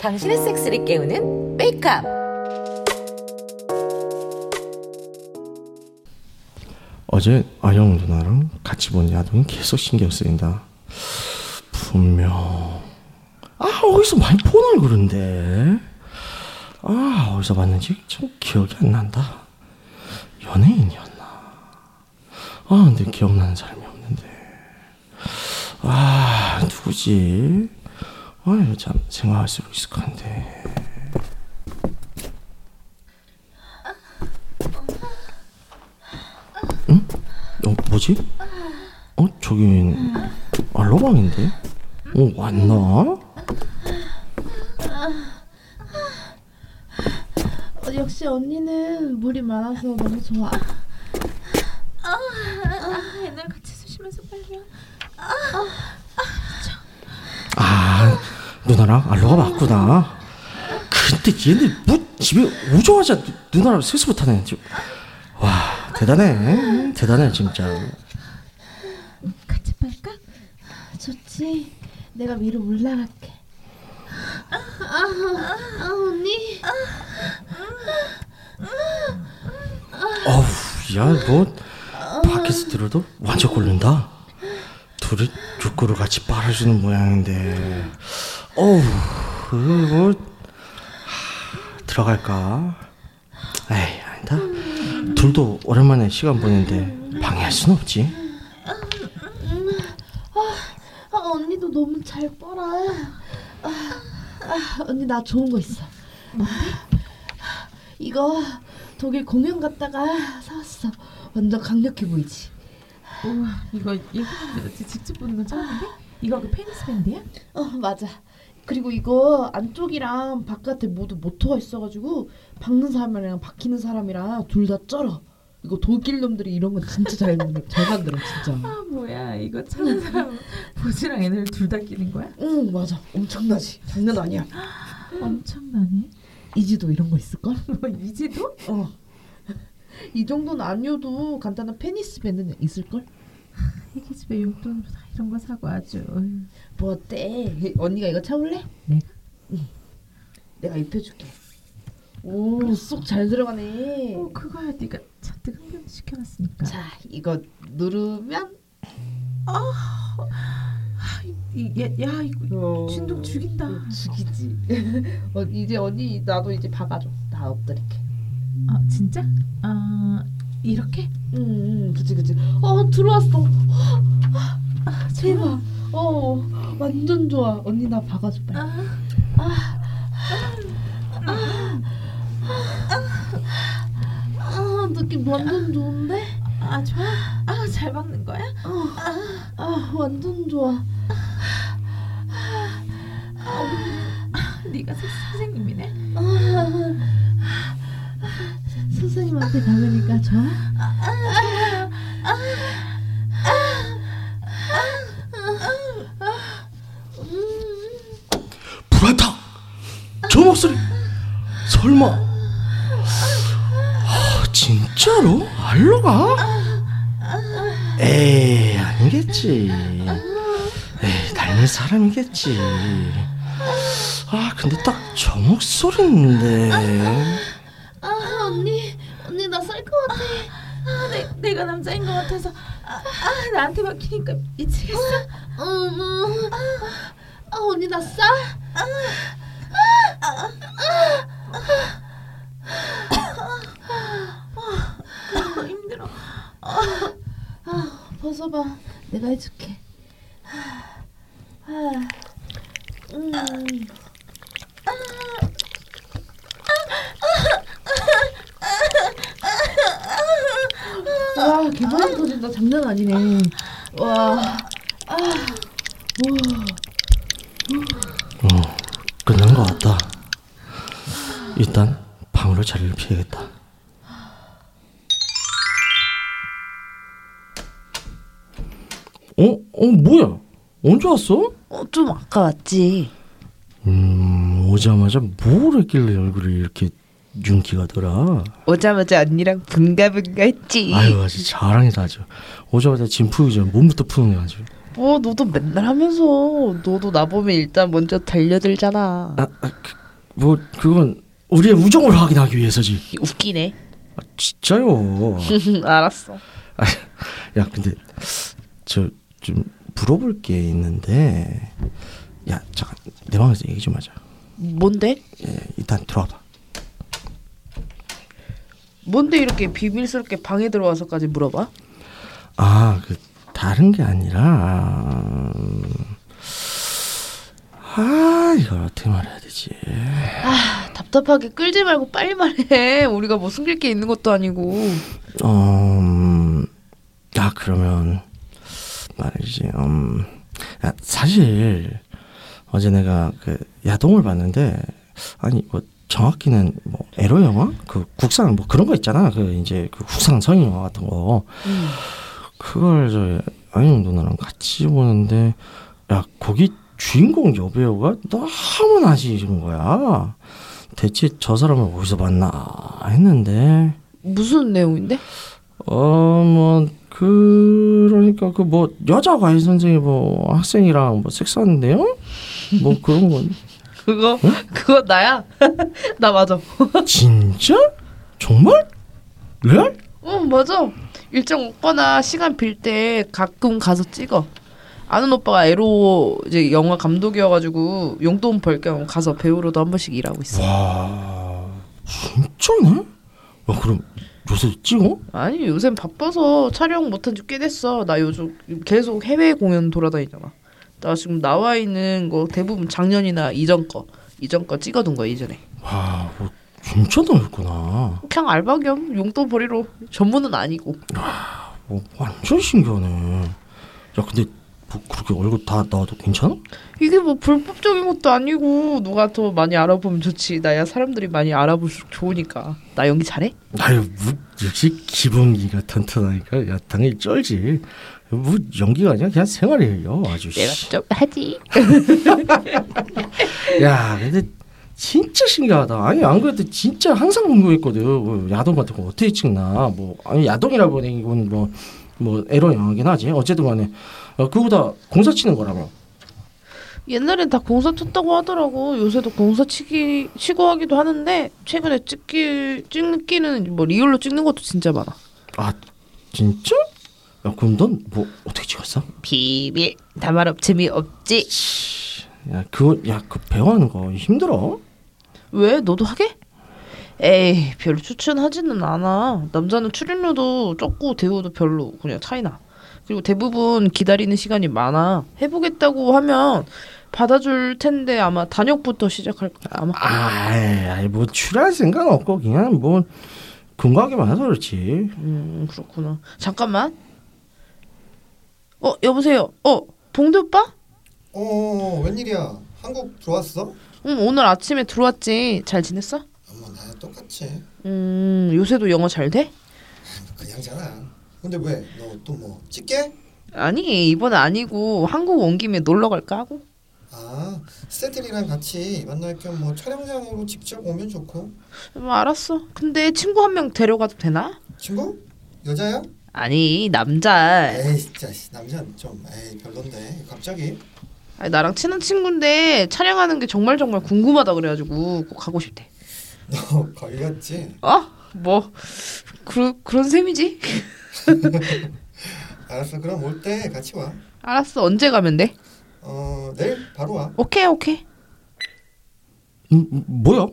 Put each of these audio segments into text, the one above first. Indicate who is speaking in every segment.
Speaker 1: 당신의 섹스를 깨우는 메이크업.
Speaker 2: 어제 아영 누나랑 같이 본 야동이 계속 신경 쓰인다. 분명 아 어디서 많이 본 얼굴인데 아 어디서 봤는지 참 기억이 안 난다. 연예인이었나? 아 근데 기억나는 사람이 없는데 아 누구지? 아 이거 참 생각할수록 익숙한데. 어, 뭐지? 어, 저긴 알로방인데? 어, 왔나?
Speaker 3: 어, 역시 언니는 물이 많아서 너무 좋아.
Speaker 4: 아, 옛날 같이 쑤시면서 빨리 와.
Speaker 2: 아, 누나랑 알로가 맞구나. 근데 얘네 뭐 집에 오자마자 누- 누나랑 세수 못하네. 저- 와, 대단해. 대단해, 진짜.
Speaker 3: 같이 빨까? 좋지. 내가 위로 올라갈게. 아, 아, 아 언니.
Speaker 2: 어우, 야, 뭐, 밖에서 들어도 완전 고른다. 둘이 육구를 같이 빨아주는 모양인데, 어우, 그, 뭐, 하, 들어갈까? 에이, 아니다. 둘도 오랜만에 시간 보는데 방해할 순 없지.
Speaker 3: 아 언니도 너무 잘 빨아. 아, 아, 언니 나 좋은 거 있어. 이거 독일 공연 갔다가 사왔어. 완전 강력해 보이지?
Speaker 4: 우와 이거 이거 직접 보는 건 처음인데? 이거 그 페니스 밴드야?
Speaker 3: 어 맞아. 그리고 이거 안쪽이랑 바깥에 모두 모터가 있어가지고 박는 사람이랑 박히는 사람이랑 둘 다 쩔어. 이거 독일 놈들이 이런 거 진짜 잘, 만들- 잘 만들어 진짜.
Speaker 4: 아 뭐야 이거 찾는 사람 보지랑 애들 둘 다 끼는 거야?
Speaker 3: 응 맞아 엄청나지 장난 아니야.
Speaker 4: 엄청나네.
Speaker 3: 이지도 이런 거 있을걸?
Speaker 4: 음. 뭐 이지도?
Speaker 3: 어. 이 정도는 아니어도 간단한 페니스 밴드는 있을걸?
Speaker 4: 애기 집에 용돈으로 다 이런 거 사고 아주. 어휴.
Speaker 3: 뭐 어때? 언니가 이거 차올래?
Speaker 4: 내가?
Speaker 3: 내가 입혀줄게. 오쏙 잘 들어가네.
Speaker 4: 어 그거야 네가 잔뜩 흥분 시켜놨으니까.
Speaker 3: 자 이거 누르면
Speaker 4: 이야
Speaker 3: 어.
Speaker 4: 이거 진동 죽인다.
Speaker 3: 죽이지. 어, 이제 언니 나도 이제 박아줘. 나 엎드릴게.
Speaker 4: 아 진짜? 아 이렇게?
Speaker 3: 응, 응, 그치, 그치. 어, 들어왔어.
Speaker 4: 아
Speaker 3: 대박. 어, 완전 좋아. 언니 나 박아줘 빨리.
Speaker 4: 아
Speaker 3: 아, 느낌 완전 좋은데?
Speaker 4: 아, 좋아. 아 잘 박는 거야?
Speaker 3: 아, 완전 좋아.
Speaker 4: 아, 네가 선- 선생님이네.
Speaker 3: 선생님한테 받으니까 좋아?
Speaker 2: 불안타! 저 목소리! 설마! 아, 진짜로? 알로가? 에이, 아니겠지. 에이, 닮은 사람이겠지. 아, 근데 딱 저 목소리인데.
Speaker 3: 아, 언니, 언니 나 쌀 것 같아.
Speaker 4: 아 내, 내가 남자인 것 같아서 아, 아 나한테 박히니까 미치겠어.
Speaker 3: 어머. 아, 언니 나 쌀?
Speaker 4: 아. 어, 힘들어.
Speaker 3: 아, 벗어봐. 내가 해줄게. 아, 음. 와, 개소리 터진다. 장난 아니네. 와, 아, 우와.
Speaker 2: 어, 끝난 것 같다. 일단 방으로 자리를 피해야겠다. 어, 어, 뭐야? 언제 왔어?
Speaker 5: 어, 좀 아까 왔지.
Speaker 2: 음, 오자마자 뭘 했길래 얼굴이 이렇게 윤기가더라.
Speaker 5: 오자마자 언니랑 분가분가 했지.
Speaker 2: 아유, 아주 자랑이다 아주. 오자마자 짐 풀기 전에 몸부터 푸는 게 아주.
Speaker 3: 뭐 너도 맨날 하면서 너도 나 보면 일단 먼저 달려들잖아.
Speaker 2: 아, 아, 그, 뭐 그건 우리의 우정을 확인하기 위해서지.
Speaker 3: 웃기네.
Speaker 2: 아, 진짜요.
Speaker 3: 알았어.
Speaker 2: 아, 야 근데 저 좀 물어볼 게 있는데 야 잠깐 내 방에서 얘기 좀 하자
Speaker 3: 뭔데?
Speaker 2: 예, 일단 들어와봐
Speaker 3: 뭔데 이렇게 비밀스럽게 방에 들어와서까지 물어봐?
Speaker 2: 아 그 다른 게 아니라 음, 아 이걸 어떻게 말해야 되지
Speaker 3: 아, 답답하게 끌지 말고 빨리 말해. 우리가 뭐 숨길 게 있는 것도 아니고. 음.
Speaker 2: 어, 음, 아 그러면 말이지 음, 야, 사실 어제 내가 그 야동을 봤는데 아니 뭐 정확히는 뭐 에로 영화 그 국산 뭐 그런 거 있잖아 그 이제 그 국산 성인 영화 같은 거 그걸 저 아니면 누나랑 같이 보는데 야 거기 주인공 여배우가 너무 낯이 익은 거야 대체 저 사람을 어디서 봤나 했는데
Speaker 3: 무슨 내용인데?
Speaker 2: 어 뭐 그러니까 그 뭐 여자 과외 선생이 뭐 학생이랑 뭐 섹스하는데요? 뭐 그런 건
Speaker 3: 그거 그거 나야. 나 맞아.
Speaker 2: 진짜? 정말? 레알?
Speaker 3: 어 맞아 일정 없거나 시간 빌 때 가끔 가서 찍어 아는 오빠가 에로 이제 영화 감독이어가지고 용돈 벌 겸 가서 배우로도 한 번씩 일하고 있어
Speaker 2: 와 진짜네? 야 그럼 요새 찍어?
Speaker 3: 아니 요새 바빠서 촬영 못한 지 꽤 됐어 나 요즘 계속 해외 공연 돌아다니잖아 나 지금 나와 있는 거 대부분 작년이나 이전 거 이전 거 찍어둔 거야 이전에
Speaker 2: 와 뭐, 진짜 나였구나
Speaker 3: 그냥 알바 겸 용돈 벌이로 전문은 아니고
Speaker 2: 뭐, 완전 신기하네 야 근데 뭐 그렇게 얼굴 다 나와도 괜찮아?
Speaker 3: 이게 뭐 불법적인 것도 아니고 누가 더 많이 알아보면 좋지. 나야 사람들이 많이 알아볼수록 좋으니까. 나 연기 잘해?
Speaker 2: 아유 뭐, 역시 기본기가 탄탄하니까 야 당연히 쩔지 뭐 연기가 아니라 그냥 생활이에요 아주 씨.
Speaker 3: 내가 좀 하지.
Speaker 2: 야 근데 진짜 신기하다 아니 안 그래도 진짜 항상 궁금했거든 뭐 야동 같은 거 어떻게 찍나 뭐 아니 야동이라고 하는 이건 뭐, 뭐 에러 영화긴 하지 어쨌든 간에 어, 그거보다 공사 치는 거라며
Speaker 6: 옛날엔 다 공사 쳤다고 하더라고. 요새도 공사 치기 치고 하기도 하는데 최근에 찍기 찍기는 뭐 리얼로 찍는 것도 진짜 많아.
Speaker 2: 아 진짜? 야 그럼 넌 뭐 어떻게 찍었어?
Speaker 3: 비밀. 다말업 재미 없지.
Speaker 2: 야 그거 야그 배우는 거 힘들어?
Speaker 6: 왜 너도 하게? 에이 별로 추천하지는 않아 남자는 출연료도 적고 대우도 별로 그냥 차이나 그리고 대부분 기다리는 시간이 많아 해보겠다고 하면 받아줄 텐데 아마 단역부터 시작할 거야 아마
Speaker 2: 아뭐 출연할 생각 없고 그냥 뭐 근거하기만 해서 그렇지
Speaker 6: 음 그렇구나 잠깐만 어 여보세요 어 봉대 오빠?
Speaker 7: 어, 웬일이야? 한국 들어왔어?
Speaker 6: 응 오늘 아침에 들어왔지 잘 지냈어?
Speaker 7: 어머, 뭐, 나야 똑같이.
Speaker 6: 음 요새도 영어 잘 돼?
Speaker 7: 그냥잖아. 근데 왜? 너 또 뭐 찍게?
Speaker 6: 아니 이번 아니고 한국 온 김에 놀러 갈까 하고
Speaker 7: 아, 스태들이랑 같이 만날 겸 뭐 촬영장으로 직접 오면 좋고.
Speaker 6: 뭐 알았어. 근데 친구 한 명 데려가도 되나?
Speaker 7: 친구? 여자야?
Speaker 6: 아니 남자.
Speaker 2: 네.
Speaker 7: 에이, 진짜 씨, 남자는 좀 에이 별론데 갑자기.
Speaker 6: 아니, 나랑 친한 친구인데 촬영하는 게 정말 정말 궁금하다 그래가지고 꼭 가고 싶대.
Speaker 7: 너 걸렸지?
Speaker 6: 어? 뭐 그, 그런 셈이지?
Speaker 7: 알았어, 그럼 올 때 같이 와.
Speaker 6: 알았어 언제 가면 돼?
Speaker 7: 어, 내일 바로 와.
Speaker 6: 오케이 오케이.
Speaker 2: 음, 음, 뭐야?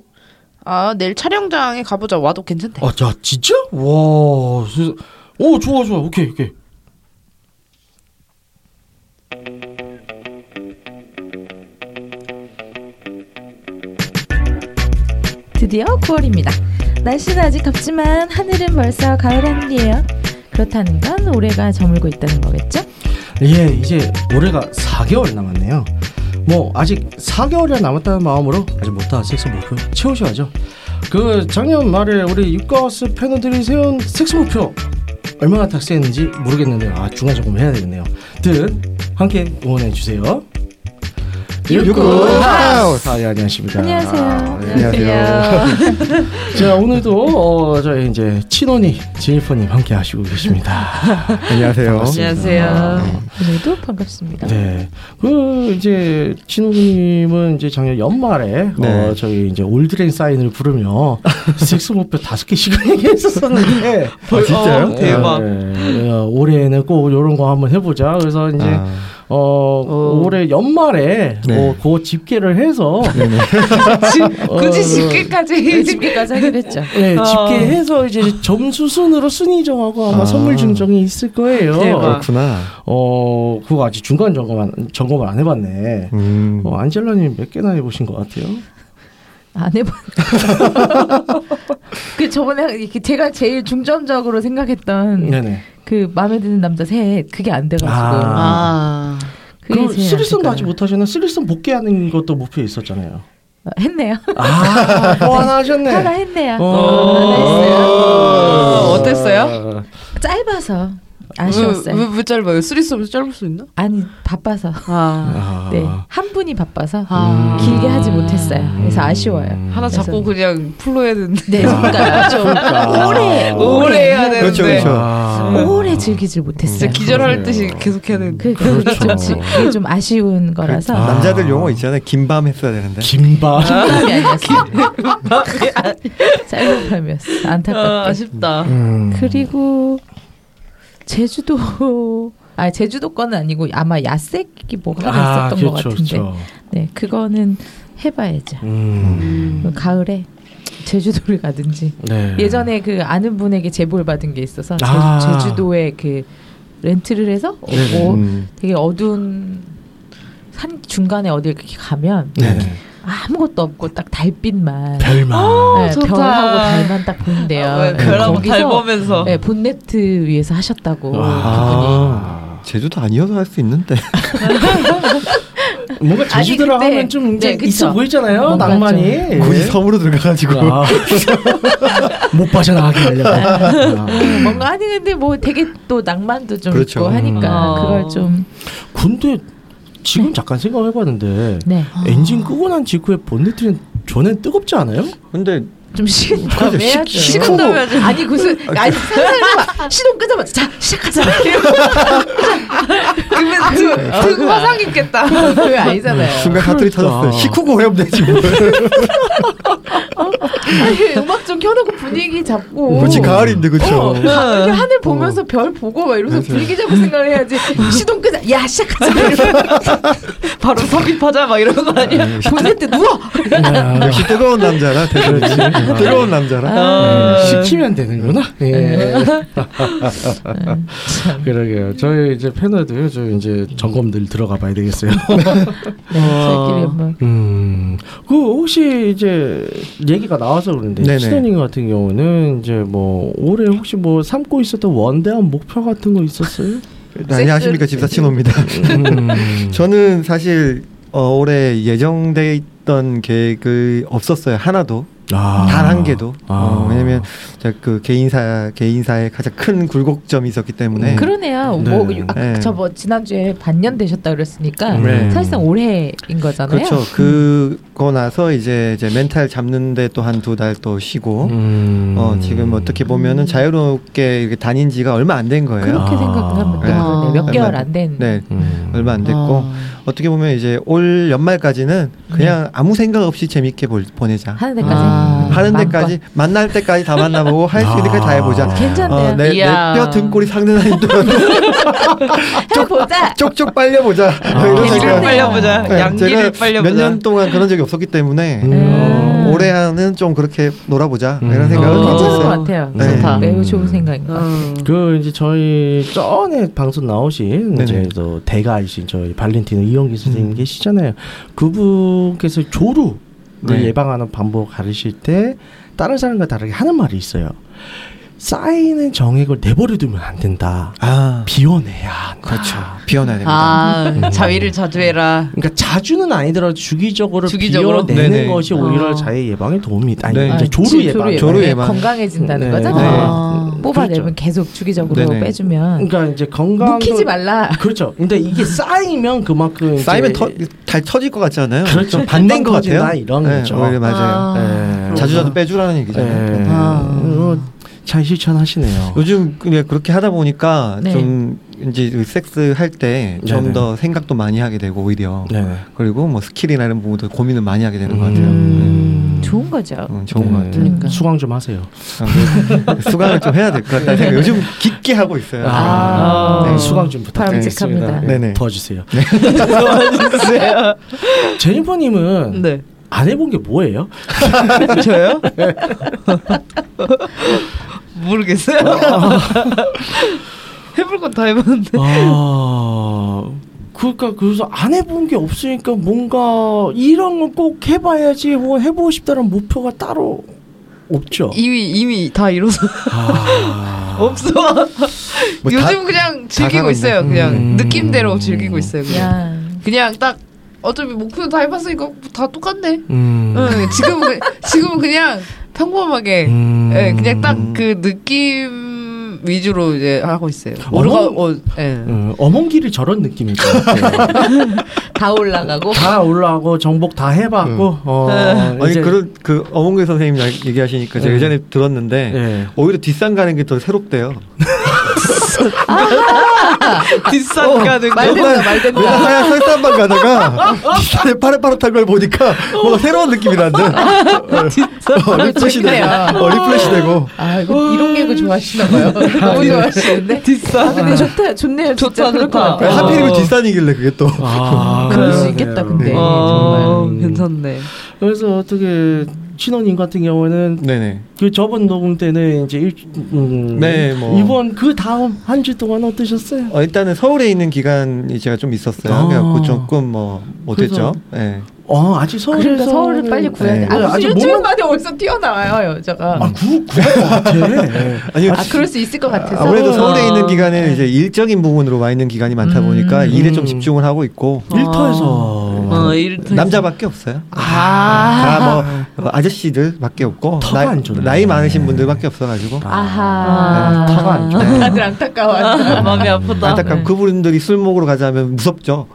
Speaker 6: 아 내일 촬영장에 가보자 와도 괜찮대.
Speaker 2: 아, 자, 진짜? 와, 세- 오, 좋아, 좋아, 오케이, 오케이.
Speaker 4: 드디어 9월입니다. 날씨는 아직 덥지만 하늘은 벌써 가을 하늘이에요. 그렇다는 건 올해가 저물고 있다는 거겠죠?
Speaker 2: 예, 이제 올해가 4개월 남았네요. 뭐 아직 4개월이나 남았다는 마음으로 아직 못다 섹스 목표 채우셔야죠. 그 작년 말에 우리 육가스 팬들이 세운 섹스 목표 얼마나達成했는지 모르겠는데요. 아 중간 점검 해야 되겠네요. 든 함께 응원해 주세요. 유쿠하우스 아, 예, 안녕하십니까
Speaker 4: 안녕하세요.
Speaker 2: 아, 예, 안녕하세요 자 오늘도 어, 저희 이제 친언니 제이퍼님 함께 하시고 계십니다
Speaker 8: 안녕하세요.
Speaker 2: 안녕하세요
Speaker 4: 오늘도 반갑습니다.
Speaker 2: 네. 그 이제 친우님은 이제 작년 연말에
Speaker 8: 네.
Speaker 2: 어, 저희 이제 올드랭 사인을 부르며 섹스 목표 다섯 개씩 얘기했었었는데
Speaker 8: 아, 진짜요?
Speaker 2: 어, 네. 어, 올해는 꼭 이런 거 한번 해보자. 그래서 이제
Speaker 8: 아,
Speaker 2: 어, 올해 연말에
Speaker 8: 네.
Speaker 2: 어, 그 집계를 해서 어,
Speaker 4: 그
Speaker 6: 굳이 쉽게까지
Speaker 4: 집계까지 하기로 했죠.
Speaker 2: 네, 집계해서 이제 점수 순으로 순위 정하고 아마
Speaker 8: 아.
Speaker 2: 선물 증정이 있을 거예요.
Speaker 6: 대박.
Speaker 8: 그렇구나.
Speaker 2: 어, 그거 아직 중간 점검 안, 점검을 안 해봤네.
Speaker 8: 음.
Speaker 2: 어, 안젤라님 몇 개나 해보신 것 같아요?
Speaker 4: 안 해본. 아, 네. 그 저번에 이렇게 제가 제일 중점적으로 생각했던
Speaker 2: 네네.
Speaker 4: 그 마음에 드는 남자 셋 그게 안 돼가지고
Speaker 2: 아.
Speaker 6: 아
Speaker 4: 그게
Speaker 2: 그럼
Speaker 4: 제일
Speaker 2: 쓰리썸도
Speaker 4: 아쉽더라고요.
Speaker 2: 아직 못하셨나? 쓰리썸 복귀하는 것도 목표에 있었잖아요.
Speaker 4: 아, 했네요.
Speaker 2: 아, 어, 하나 하셨네.
Speaker 4: 하나 했네요.
Speaker 2: 어.
Speaker 4: 하나 했어요.
Speaker 6: 어, 어땠어요?
Speaker 4: 짧아서 아쉬웠어요.
Speaker 6: 왜왜 왜 짧아요? 쓰리썸에서 짧을 수 있나?
Speaker 4: 아니 바빠서
Speaker 6: 아,
Speaker 2: 아,
Speaker 4: 네 한 분이 바빠서
Speaker 6: 아.
Speaker 4: 길게 하지 못했어요. 그래서 아쉬워요.
Speaker 3: 음.
Speaker 6: 하나 잡고 그냥 풀로 해야 되는데
Speaker 4: 네 그러니까 좀 오래
Speaker 6: 오래 해야
Speaker 4: 해야-
Speaker 8: 그렇죠,
Speaker 6: 되는데
Speaker 8: 그렇죠.
Speaker 2: 아.
Speaker 4: 오래 즐기질 못했어요.
Speaker 3: 음.
Speaker 6: 진짜 기절할 듯이 계속 해야 되는데
Speaker 4: 그, 그게 좀,
Speaker 8: 그렇죠.
Speaker 4: 그게 좀 아쉬운 거라서
Speaker 2: 아.
Speaker 8: 남자들 용어 있잖아요. 긴밤 했어야 되는데.
Speaker 2: 김밥.
Speaker 4: 긴밤이 아니었어요. 짧은 밤이었어.
Speaker 6: 아,
Speaker 4: 안타깝게.
Speaker 6: 아쉽다.
Speaker 2: 음.
Speaker 4: 그리고 제주도 아 제주도 건은 아니고 아마 야색이 뭐가
Speaker 2: 아,
Speaker 4: 하나 있었던
Speaker 2: 그렇죠,
Speaker 4: 것 같은데 네 그거는 해봐야죠.
Speaker 2: 음.
Speaker 4: 가을에 제주도를 가든지
Speaker 2: 네.
Speaker 4: 예전에 그 아는 분에게 제보를 받은 게 있어서 제,
Speaker 2: 아.
Speaker 4: 제주도에 그 렌트를 해서 어,
Speaker 2: 네네.
Speaker 4: 어,
Speaker 8: 음.
Speaker 4: 되게 어두운 산 중간에 어디 이렇게 가면
Speaker 2: 네네.
Speaker 4: 아무것도 없고 딱 달빛만
Speaker 2: 별만.
Speaker 4: 네,
Speaker 6: 어, 좋다. 아,
Speaker 4: 별하고 달만 딱 보인대요.
Speaker 6: 왜
Speaker 4: 네,
Speaker 6: 그러고
Speaker 4: 거기서,
Speaker 6: 달보면서
Speaker 4: 네, 본네트 위에서 하셨다고
Speaker 2: 아.
Speaker 8: 제주도 아니어서 할 수 있는데.
Speaker 2: 뭔가 제주도라
Speaker 4: 근데-
Speaker 2: 하면 좀 이제
Speaker 4: 네, 그쵸.
Speaker 2: 있어 보이잖아요.
Speaker 4: 뭔가
Speaker 2: 낭만이. 예.
Speaker 8: 굳이 섬으로 들어가가지고.
Speaker 2: 아. 못 빠져나가게 하려고. 아.
Speaker 4: 그분이. 뭔가 아니 근데 뭐 되게 또 낭만도 좀
Speaker 8: 그렇죠.
Speaker 4: 있고 하니까
Speaker 6: 음.
Speaker 4: 그걸 좀
Speaker 2: 근데 지금 잠깐 생각해봤는데
Speaker 4: 네.
Speaker 2: 엔진 끄고 난 직후에 본네트는 전엔 뜨겁지 않아요?
Speaker 8: 어, 근데
Speaker 4: 좀 식은 좀
Speaker 8: 시-
Speaker 4: 해야죠.
Speaker 8: 식은 좀 해야죠.
Speaker 4: 아니 무슨 아니
Speaker 8: 그-
Speaker 4: 상상해봐 시동 끄자마자 자 시작하자.
Speaker 8: 네.
Speaker 6: 등 화상 있겠다.
Speaker 4: 그
Speaker 8: 네.
Speaker 4: 그게 아니잖아요.
Speaker 8: 순간 사투리 터졌어요. 시쿠고 오염 되지 뭐.
Speaker 4: 아니, 음악 좀 켜놓고 분위기 잡고.
Speaker 8: 그렇지 가을인데
Speaker 4: 어,
Speaker 8: 그렇죠.
Speaker 4: 가- 이렇게 하늘 보면서 별 보고 막 이러면서 분위기 잡을 생각을 해야지. 시동 끄자. 야 시작하자. 이러면서
Speaker 6: 바로 섭입하자 막 이런 거 아니야?
Speaker 4: 보낼 때 누워. 아.
Speaker 8: 아, 역시 뜨거운 남자라 대단하지. 뜨거운 남자라.
Speaker 2: 네, 시키면 되는구나. 예.
Speaker 4: 네. 아,
Speaker 2: 그러게요. 저희 이제 패널들 저희 이제 점검들 들어가 봐야 되겠어요.
Speaker 4: 네, 저희끼리 뭐
Speaker 2: 음. 그 혹시 이제 얘기가 나와서 그런데
Speaker 8: 네네.
Speaker 2: 스탠닝 같은 경우는 이제 뭐 올해 혹시 뭐 삼고 있었던 원대한 목표 같은 거 있었어요?
Speaker 8: 안녕하십니까 집사친호입니다.
Speaker 2: 음.
Speaker 8: 저는 사실 어, 올해 예정돼 있던 계획이 없었어요 하나도
Speaker 2: 아.
Speaker 8: 단 한 개도.
Speaker 2: 아.
Speaker 8: 어, 왜냐면 제가 그 개인사 개인사의 가장 큰 굴곡점이 있었기 때문에.
Speaker 2: 음.
Speaker 4: 그러네요.
Speaker 2: 네.
Speaker 4: 뭐 아,
Speaker 8: 네.
Speaker 4: 저뭐 지난주에 반년 되셨다 그랬으니까
Speaker 2: 네.
Speaker 4: 사실상 올해인 거잖아요.
Speaker 8: 그렇죠. 그거 나서 이제 제 멘탈 잡는데 또 한 두 달 또 쉬고.
Speaker 2: 음.
Speaker 8: 어 지금 어떻게 보면은 자유롭게 이렇게 다닌 지가 얼마 안 된 거예요.
Speaker 4: 그렇게
Speaker 2: 아.
Speaker 4: 생각하면
Speaker 8: 네.
Speaker 4: 되거든요. 몇
Speaker 8: 아.
Speaker 4: 개월 안 된.
Speaker 8: 네.
Speaker 2: 음.
Speaker 8: 얼마 안 됐고
Speaker 4: 아.
Speaker 8: 어떻게 보면 이제 올 연말까지는 그냥 아무 생각 없이 재밌게 볼- 보내자.
Speaker 4: 네. 하는 데까지.
Speaker 6: 아.
Speaker 4: 음,
Speaker 8: 하는 데까지 만날 때까지 다 만나보고 할 수 있는 데까지 다 해보자. 어, 아,
Speaker 4: 괜찮네요.
Speaker 6: 이야.
Speaker 8: 내뼈 등골이 상대는 동안
Speaker 4: 해보자.
Speaker 8: 쪽쪽 빨려보자. 뭐 이런
Speaker 2: 괜찮네요.
Speaker 8: 생각.
Speaker 6: 양기를 빨려보자.
Speaker 8: 네,
Speaker 6: 양기를
Speaker 8: 제가
Speaker 6: 빨려보자.
Speaker 8: 몇 년 동안 그런 적이 없었기 때문에 어,
Speaker 4: 음.
Speaker 8: 올해는 좀 그렇게 놀아보자
Speaker 2: 음.
Speaker 8: 이런 생각을
Speaker 6: 어.
Speaker 8: 갖고
Speaker 4: 괜찮은 것
Speaker 8: 있어요.
Speaker 4: 같아요.
Speaker 8: 네.
Speaker 4: 좋다. 매우 좋은
Speaker 2: 음.
Speaker 4: 생각인 것 같아요.
Speaker 2: 그 이제 저희 전에 방송 나오신
Speaker 8: 네네.
Speaker 2: 이제 또 대가이신 저희 발렌티노 이영기 선생님 계시잖아요. 그분께서 조루를
Speaker 8: 네.
Speaker 2: 예방하는 방법 가르실 때 다른 사람과 다르게 하는 말이 있어요. 쌓이는 정액을 내버려두면 안 된다.
Speaker 8: 아
Speaker 2: 비워내야 한다.
Speaker 8: 그렇죠. 비워놔야 됩니다.
Speaker 6: 아 자위를 자주 해라.
Speaker 2: 그러니까 자주는 아니더라도 주기적으로,
Speaker 6: 주기적으로?
Speaker 2: 비워내는
Speaker 8: 네네.
Speaker 2: 것이 오히려
Speaker 6: 아.
Speaker 2: 자해 예방에 도움이 아니
Speaker 8: 네.
Speaker 2: 이제
Speaker 8: 아,
Speaker 2: 조루 예방.
Speaker 8: 예방. 조루 예방.
Speaker 2: 네.
Speaker 4: 건강해진다는 거죠.
Speaker 2: 네.
Speaker 6: 아.
Speaker 4: 뽑아내면
Speaker 2: 그렇죠.
Speaker 4: 계속 주기적으로
Speaker 8: 네네.
Speaker 4: 빼주면
Speaker 2: 그러니까 이제 건강
Speaker 4: 묵히지 말라.
Speaker 2: 그렇죠. 근데 이게 쌓이면 그만큼 네, 이제-
Speaker 8: 쌓이면 터, 잘 터질 것 같지 않아요?
Speaker 2: 그렇죠.
Speaker 8: 좀 반대인 것
Speaker 2: 터진다,
Speaker 8: 같아요. 네,
Speaker 2: 이런 거죠.
Speaker 8: 오히려 맞아요. 네.
Speaker 2: 예.
Speaker 8: 자주 자주 빼주라는
Speaker 2: 예.
Speaker 8: 얘기잖아요. 네.
Speaker 2: 어, 잘 실천하시네요.
Speaker 8: 요즘 그냥 그렇게 하다 보니까
Speaker 4: 네.
Speaker 8: 좀 이제 그 섹스 할 때 좀
Speaker 2: 네네.
Speaker 8: 더 생각도 많이 하게 되고 오히려
Speaker 2: 네.
Speaker 8: 그리고 뭐 스킬이나 이런 부분도 고민을 많이 하게 되는 것 같아요.
Speaker 4: 음, 네. 좋은 거죠.
Speaker 8: 음, 좋은 것 같아요.
Speaker 2: 그러니까. 수강 좀 하세요.
Speaker 8: 아, 그 수강을 좀 해야 될 것 같다는 생각. 요즘 깊게 하고 있어요.
Speaker 4: 아.
Speaker 2: 네, 수강 좀 부탁드리겠습니다.
Speaker 4: 바람직합니다.
Speaker 2: 네,
Speaker 8: 네네.
Speaker 2: 도와주세요. 도와주세요. 제니퍼님은
Speaker 6: 네.
Speaker 2: 안 해본 게 뭐예요?
Speaker 6: 저요? 모르겠어요. 해볼 건 다 해봤는데.
Speaker 2: 아, 그러니까 그래서 안 해본 게 없으니까 뭔가 이런 건 꼭 해봐야지 뭐 해보고 싶다는 목표가 따로 없죠.
Speaker 6: 이미 이미 다 이뤄서
Speaker 2: 아,
Speaker 6: 없어.
Speaker 8: 뭐 다-
Speaker 6: 요즘 그냥 즐기고
Speaker 8: 사는데.
Speaker 6: 있어요. 그냥
Speaker 2: 음.
Speaker 6: 느낌대로 즐기고 있어요. 그냥,
Speaker 4: 야,
Speaker 6: 그냥 딱 어차피 목표 다 해봤으니까 다 똑같네.
Speaker 2: 음,
Speaker 6: 응, 지금은 그- 지금은 그냥 평범하게
Speaker 2: 음.
Speaker 6: 예, 그냥 딱 그 느낌 위주로 이제 하고 있어요.
Speaker 2: 어머.
Speaker 6: 오르가 어, 예.
Speaker 2: 음, 어몽길이 저런 느낌일 것 같아요.
Speaker 4: 다 올라가고
Speaker 2: 다 올라오고 정복 다 해봤고 어,
Speaker 8: 음.
Speaker 4: 네.
Speaker 8: 아니 그런 그 어몽길 선생님 이야기- 얘기하시니까 제가
Speaker 2: 네.
Speaker 8: 예전에 들었는데
Speaker 2: 예.
Speaker 8: 오히려 뒷산 가는 게 더 새롭대요.
Speaker 6: 뒷산 가는 거.
Speaker 8: 된다 말 된다. 내가 하얀 설산만 가다가 뒷산에 파릇파릇한 걸 보니까 뭔가 새로운 느낌이 난대. 어, 리플레시 되고 어, 리플레시 되고
Speaker 4: 아 이거 이런 개그 좋아하시나 봐요. 너무 좋아하시는데. 아 근데 좋다 좋네요. 좋다 진짜 그럴 것
Speaker 6: 좋다.
Speaker 4: 같아요.
Speaker 6: 어.
Speaker 8: 하필이면 뒷산이길래 그게 또
Speaker 2: 아,
Speaker 4: 그럴 수
Speaker 2: 그러네요.
Speaker 4: 있겠다, 근데.
Speaker 6: 어,
Speaker 2: 음.
Speaker 6: 괜찮네.
Speaker 2: 그래서 어떻게 신혼인 같은 경우에는
Speaker 8: 네네
Speaker 2: 그 저번 녹음 때는 이제 일, 음,
Speaker 8: 네, 뭐.
Speaker 2: 이번 그 다음 한 주 동안 어떠셨어요?
Speaker 8: 어, 일단은 서울에 있는 기간이 제가 좀 있었어요.
Speaker 2: 아.
Speaker 8: 그래갖고 조금 뭐 못했죠. 예.
Speaker 2: 어 아직 서울에서
Speaker 4: 그러니까 서울을 빨리 구해야 돼.
Speaker 8: 네.
Speaker 4: 아,
Speaker 2: 아직
Speaker 4: 아직 일주일
Speaker 2: 몸만-
Speaker 4: 만에 어디서 뛰어나와요 여자가.
Speaker 2: 아 구, 구할 것 같아. 네.
Speaker 8: 아니
Speaker 4: 아 그럴 수 있을 것 같아서.
Speaker 8: 아무래도 서울에
Speaker 6: 아.
Speaker 8: 있는 기간에 이제 일적인 부분으로 와 있는 기간이 많다 보니까 일에 좀 집중을 하고 있고
Speaker 2: 어.
Speaker 4: 어.
Speaker 2: 일터에서
Speaker 6: 어, 일
Speaker 8: 남자밖에 없어요.
Speaker 6: 아.
Speaker 8: 다뭐 어, 아저씨들밖에 없고
Speaker 2: 터가 안 좋네.
Speaker 8: 나이 많으신 분들밖에 없어가지고
Speaker 4: 아하.
Speaker 2: 네, 터가 안 좋아. 네.
Speaker 4: 다들 안타까워.
Speaker 6: 마음이 아프다.
Speaker 8: 안타깝고 그분들이 술 먹으러 가자면 무섭죠.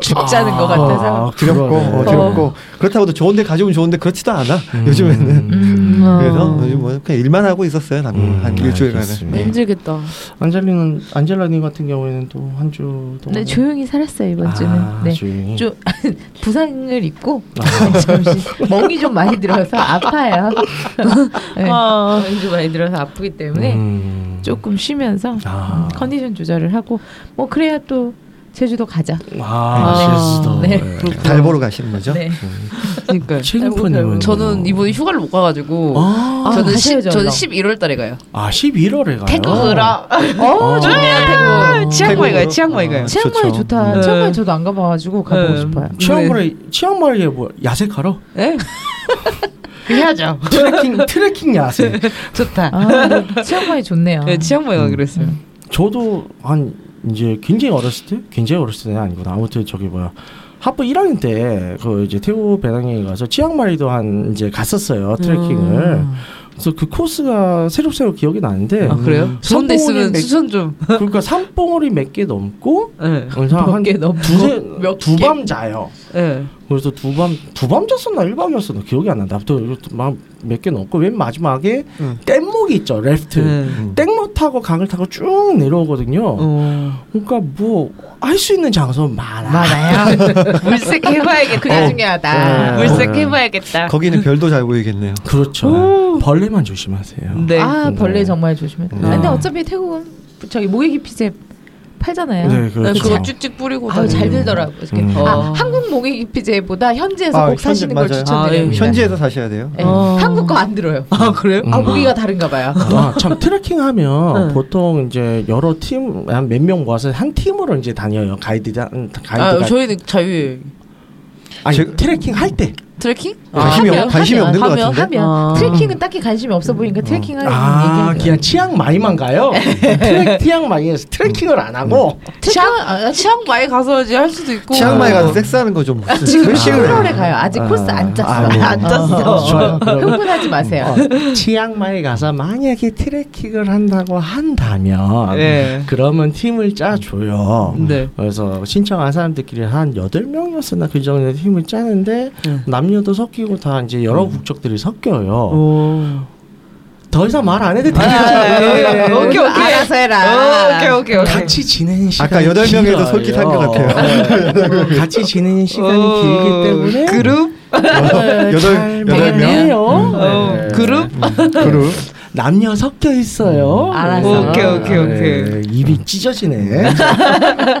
Speaker 4: 죽자는 것 같아서.
Speaker 8: 두렵고 어,
Speaker 2: 그러네. 음.
Speaker 8: 두렵고 그렇다고 또 좋은데 가져오면 좋은데 그렇지도 않아 요즘에는
Speaker 4: 음, 어.
Speaker 8: 그래서 요즘 뭐 그냥 일만 하고 있었어요 당한 음, 일주일간은
Speaker 2: 음,
Speaker 4: 아.
Speaker 2: 알겠습니다.
Speaker 8: 네.
Speaker 6: 힘들겠다.
Speaker 2: 아, 안젤리는 안젤라님 같은 경우에는 또 한 주 동안
Speaker 4: 네 조용히 살았어요 이번 주는.
Speaker 2: 아,
Speaker 4: 네.
Speaker 2: 조용히. 아.
Speaker 4: 좀 부상을 입고 잠시 멍이 좀 많이 들어서 아파요. 네.
Speaker 6: 아.
Speaker 4: 멍이 좀 많이 들어서 아프기 때문에
Speaker 2: 음.
Speaker 4: 조금 쉬면서
Speaker 2: 아.
Speaker 4: 음, 컨디션 조절을 하고 뭐 그래야 또 제주도 가자.
Speaker 2: 아, 실수도.
Speaker 4: 네.
Speaker 8: 달 보러 가시는 거죠.
Speaker 4: 네.
Speaker 6: 그러니까요.
Speaker 2: 책임포님은
Speaker 6: 저는 이번에 휴가를 못 가가지고
Speaker 2: 아,
Speaker 4: 아,
Speaker 6: 저는 시,
Speaker 4: 가셔야죠,
Speaker 6: 저는
Speaker 4: 얼른.
Speaker 6: 11월 달에 가요.
Speaker 2: 아 11월에 가요.
Speaker 6: 태국으로.
Speaker 2: 아.
Speaker 6: 어.
Speaker 4: 어 좋네요 태국.
Speaker 6: 아, 치앙마이 가요.
Speaker 8: 태국으로?
Speaker 6: 치앙마이 가요.
Speaker 4: 치앙마이
Speaker 8: 좋죠.
Speaker 4: 좋다.
Speaker 6: 네.
Speaker 4: 치앙마이 저도 안 가봐가지고 가보고
Speaker 6: 네.
Speaker 4: 싶어요.
Speaker 2: 치앙마이 치앙마이에 뭐 야색하러?
Speaker 6: 예? 해야죠.
Speaker 2: 트레킹 트레킹 야색.
Speaker 6: 네. 좋다.
Speaker 4: 아, 네. 치앙마이 좋네요.
Speaker 6: 네, 치앙마이 가기로 했어요.
Speaker 2: 저도 한 이제 굉장히 어렸을 때, 굉장히 어렸을 때는 아니구나. 아무튼 저기 뭐야. 학부 1학년 때 그 이제 태국 배낭여행 가서 치앙마이도 한 이제 갔었어요 트레킹을. 그래서 그 코스가 새록새록 기억이 나는데.
Speaker 6: 아 그래요? 좋은 데 있으면
Speaker 2: 삼봉오리
Speaker 6: 추천 좀.
Speaker 2: 몇- 그러니까 산봉우리 몇 개 넘고
Speaker 6: 예.
Speaker 2: 한두밤
Speaker 4: 뭐
Speaker 6: 몇
Speaker 2: 자요.
Speaker 6: 예.
Speaker 2: 그래서 두 밤 두 밤 잤었나 일 밤이었었나 기억이 안 난다. 또막몇개 넘고 맨 마지막에
Speaker 8: 응.
Speaker 2: 뗏목이 있죠 레프트.
Speaker 6: 예.
Speaker 8: 음.
Speaker 2: 땡로 타고 강을 타고 쭉 내려오거든요.
Speaker 6: 어.
Speaker 2: 그러니까 뭐 할 수 있는 장소는 많아.
Speaker 4: 많아요.
Speaker 6: 물색 해봐야겠다.
Speaker 4: 그게 중요하다.
Speaker 2: 네.
Speaker 6: 물색
Speaker 4: 네.
Speaker 6: 해봐야겠다.
Speaker 8: 거기는 별도 잘 보이겠네요.
Speaker 2: 그렇죠. 벌레만 조심하세요.
Speaker 6: 네.
Speaker 4: 아 벌레
Speaker 2: 네.
Speaker 4: 정말 조심해. 아,
Speaker 8: 네.
Speaker 4: 근데 어차피 태국은 저기 모기기피제 팔잖아요.
Speaker 2: 네,
Speaker 6: 난
Speaker 2: 그렇죠.
Speaker 6: 그거 쭉쭉 뿌리고.
Speaker 4: 아유 잘
Speaker 2: 음.
Speaker 4: 들더라고. 이렇게.
Speaker 2: 음.
Speaker 4: 아,
Speaker 6: 어.
Speaker 4: 한국 모기기피제보다 현지에서
Speaker 8: 아,
Speaker 4: 꼭
Speaker 8: 현지-
Speaker 4: 사시는 걸
Speaker 8: 맞아요.
Speaker 4: 추천드려요.
Speaker 6: 아, 예.
Speaker 8: 현지에서 사셔야 돼요.
Speaker 4: 네.
Speaker 6: 어.
Speaker 4: 한국 거 안 들어요.
Speaker 6: 아 그래요?
Speaker 4: 아 모기가 다른가 봐요.
Speaker 2: 아, 참 트레킹하면
Speaker 6: 네.
Speaker 2: 보통 이제 여러 팀 한 몇 명 모아서 한 팀으로
Speaker 4: 아,
Speaker 2: 이제 다녀요 가이드 가이드가
Speaker 6: 아 저희는 자유예요.
Speaker 2: 아니
Speaker 8: 제-
Speaker 2: 트레킹 할 때
Speaker 3: 트레킹?
Speaker 8: 아, 관심이
Speaker 4: 하면,
Speaker 8: 없- 관심이
Speaker 4: 하면,
Speaker 8: 없는 것
Speaker 4: 하면,
Speaker 8: 같은데? 음.
Speaker 4: 하면
Speaker 3: 아.
Speaker 4: 트레킹은 딱히 관심이 없어 보이니까 트레킹 하는
Speaker 2: 아,
Speaker 4: 얘기.
Speaker 2: 그냥 취향 마이만 가요? 트랙, 취향 마이에서 트레킹을 안 하고?
Speaker 4: 트레킹 아, 아직
Speaker 3: 치앙마이 가서야지 할 수도 있고.
Speaker 8: 치앙마이
Speaker 2: 아.
Speaker 8: 가서 섹스하는 거좀
Speaker 4: 아, 지금 싱글월에 가요. 아직 코스 안 짰어.
Speaker 8: 아, 안
Speaker 4: 짰어.
Speaker 2: 좋아요. 그러면
Speaker 4: 흥분하지 마세요.
Speaker 2: 어, 치앙마이 가서 만약에 트레킹을 한다고 한다면
Speaker 3: 네.
Speaker 2: 그러면 팀을 짜줘요.
Speaker 3: 네.
Speaker 2: 그래서 신청한 사람들끼리 한 8명이었으나 그 정도 팀을 짜는데
Speaker 3: 네. 음.
Speaker 2: 남녀도 섞이고 다 이제 여러 국적들이 섞여요.
Speaker 3: 오. 아, 네.
Speaker 2: 더 이상 말 안 해도 되죠.
Speaker 3: 오케이 오케이.
Speaker 4: 아, 알아서 해라.
Speaker 3: 어, 오케이 오케이 오케이.
Speaker 2: 같이 지내는 시간이
Speaker 8: 아까 여덟 명에서
Speaker 2: 길어요.
Speaker 8: 솔깃한 것 네. 같아요.
Speaker 2: 어, 같이 지내는 시간이
Speaker 3: 어,
Speaker 2: 길기 때문에
Speaker 3: 그룹
Speaker 2: 네,
Speaker 8: 여덟-
Speaker 2: 잘
Speaker 8: 여덟 명?
Speaker 2: 맞네요.
Speaker 3: 어,
Speaker 2: 네.
Speaker 3: 그룹
Speaker 8: 그룹
Speaker 2: 남녀 섞여 있어요.
Speaker 3: 아,
Speaker 4: 알았어.
Speaker 3: 오케이, 오케이, 오케이.
Speaker 2: 네, 입이 찢어지네.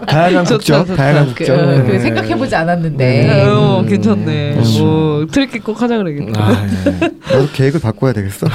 Speaker 8: 다양한
Speaker 3: 좋죠,
Speaker 8: 국적
Speaker 3: 좋죠.
Speaker 8: 다양한
Speaker 3: 그-
Speaker 8: 국적
Speaker 4: 그,
Speaker 2: 네.
Speaker 4: 그 생각해보지
Speaker 2: 네.
Speaker 4: 않았는데.
Speaker 3: 어, 괜찮네.
Speaker 2: 그렇죠.
Speaker 3: 오, 트래킹 꼭 하자 그러겠다.
Speaker 2: 아, 네.
Speaker 8: 나도 계획을 바꿔야 되겠어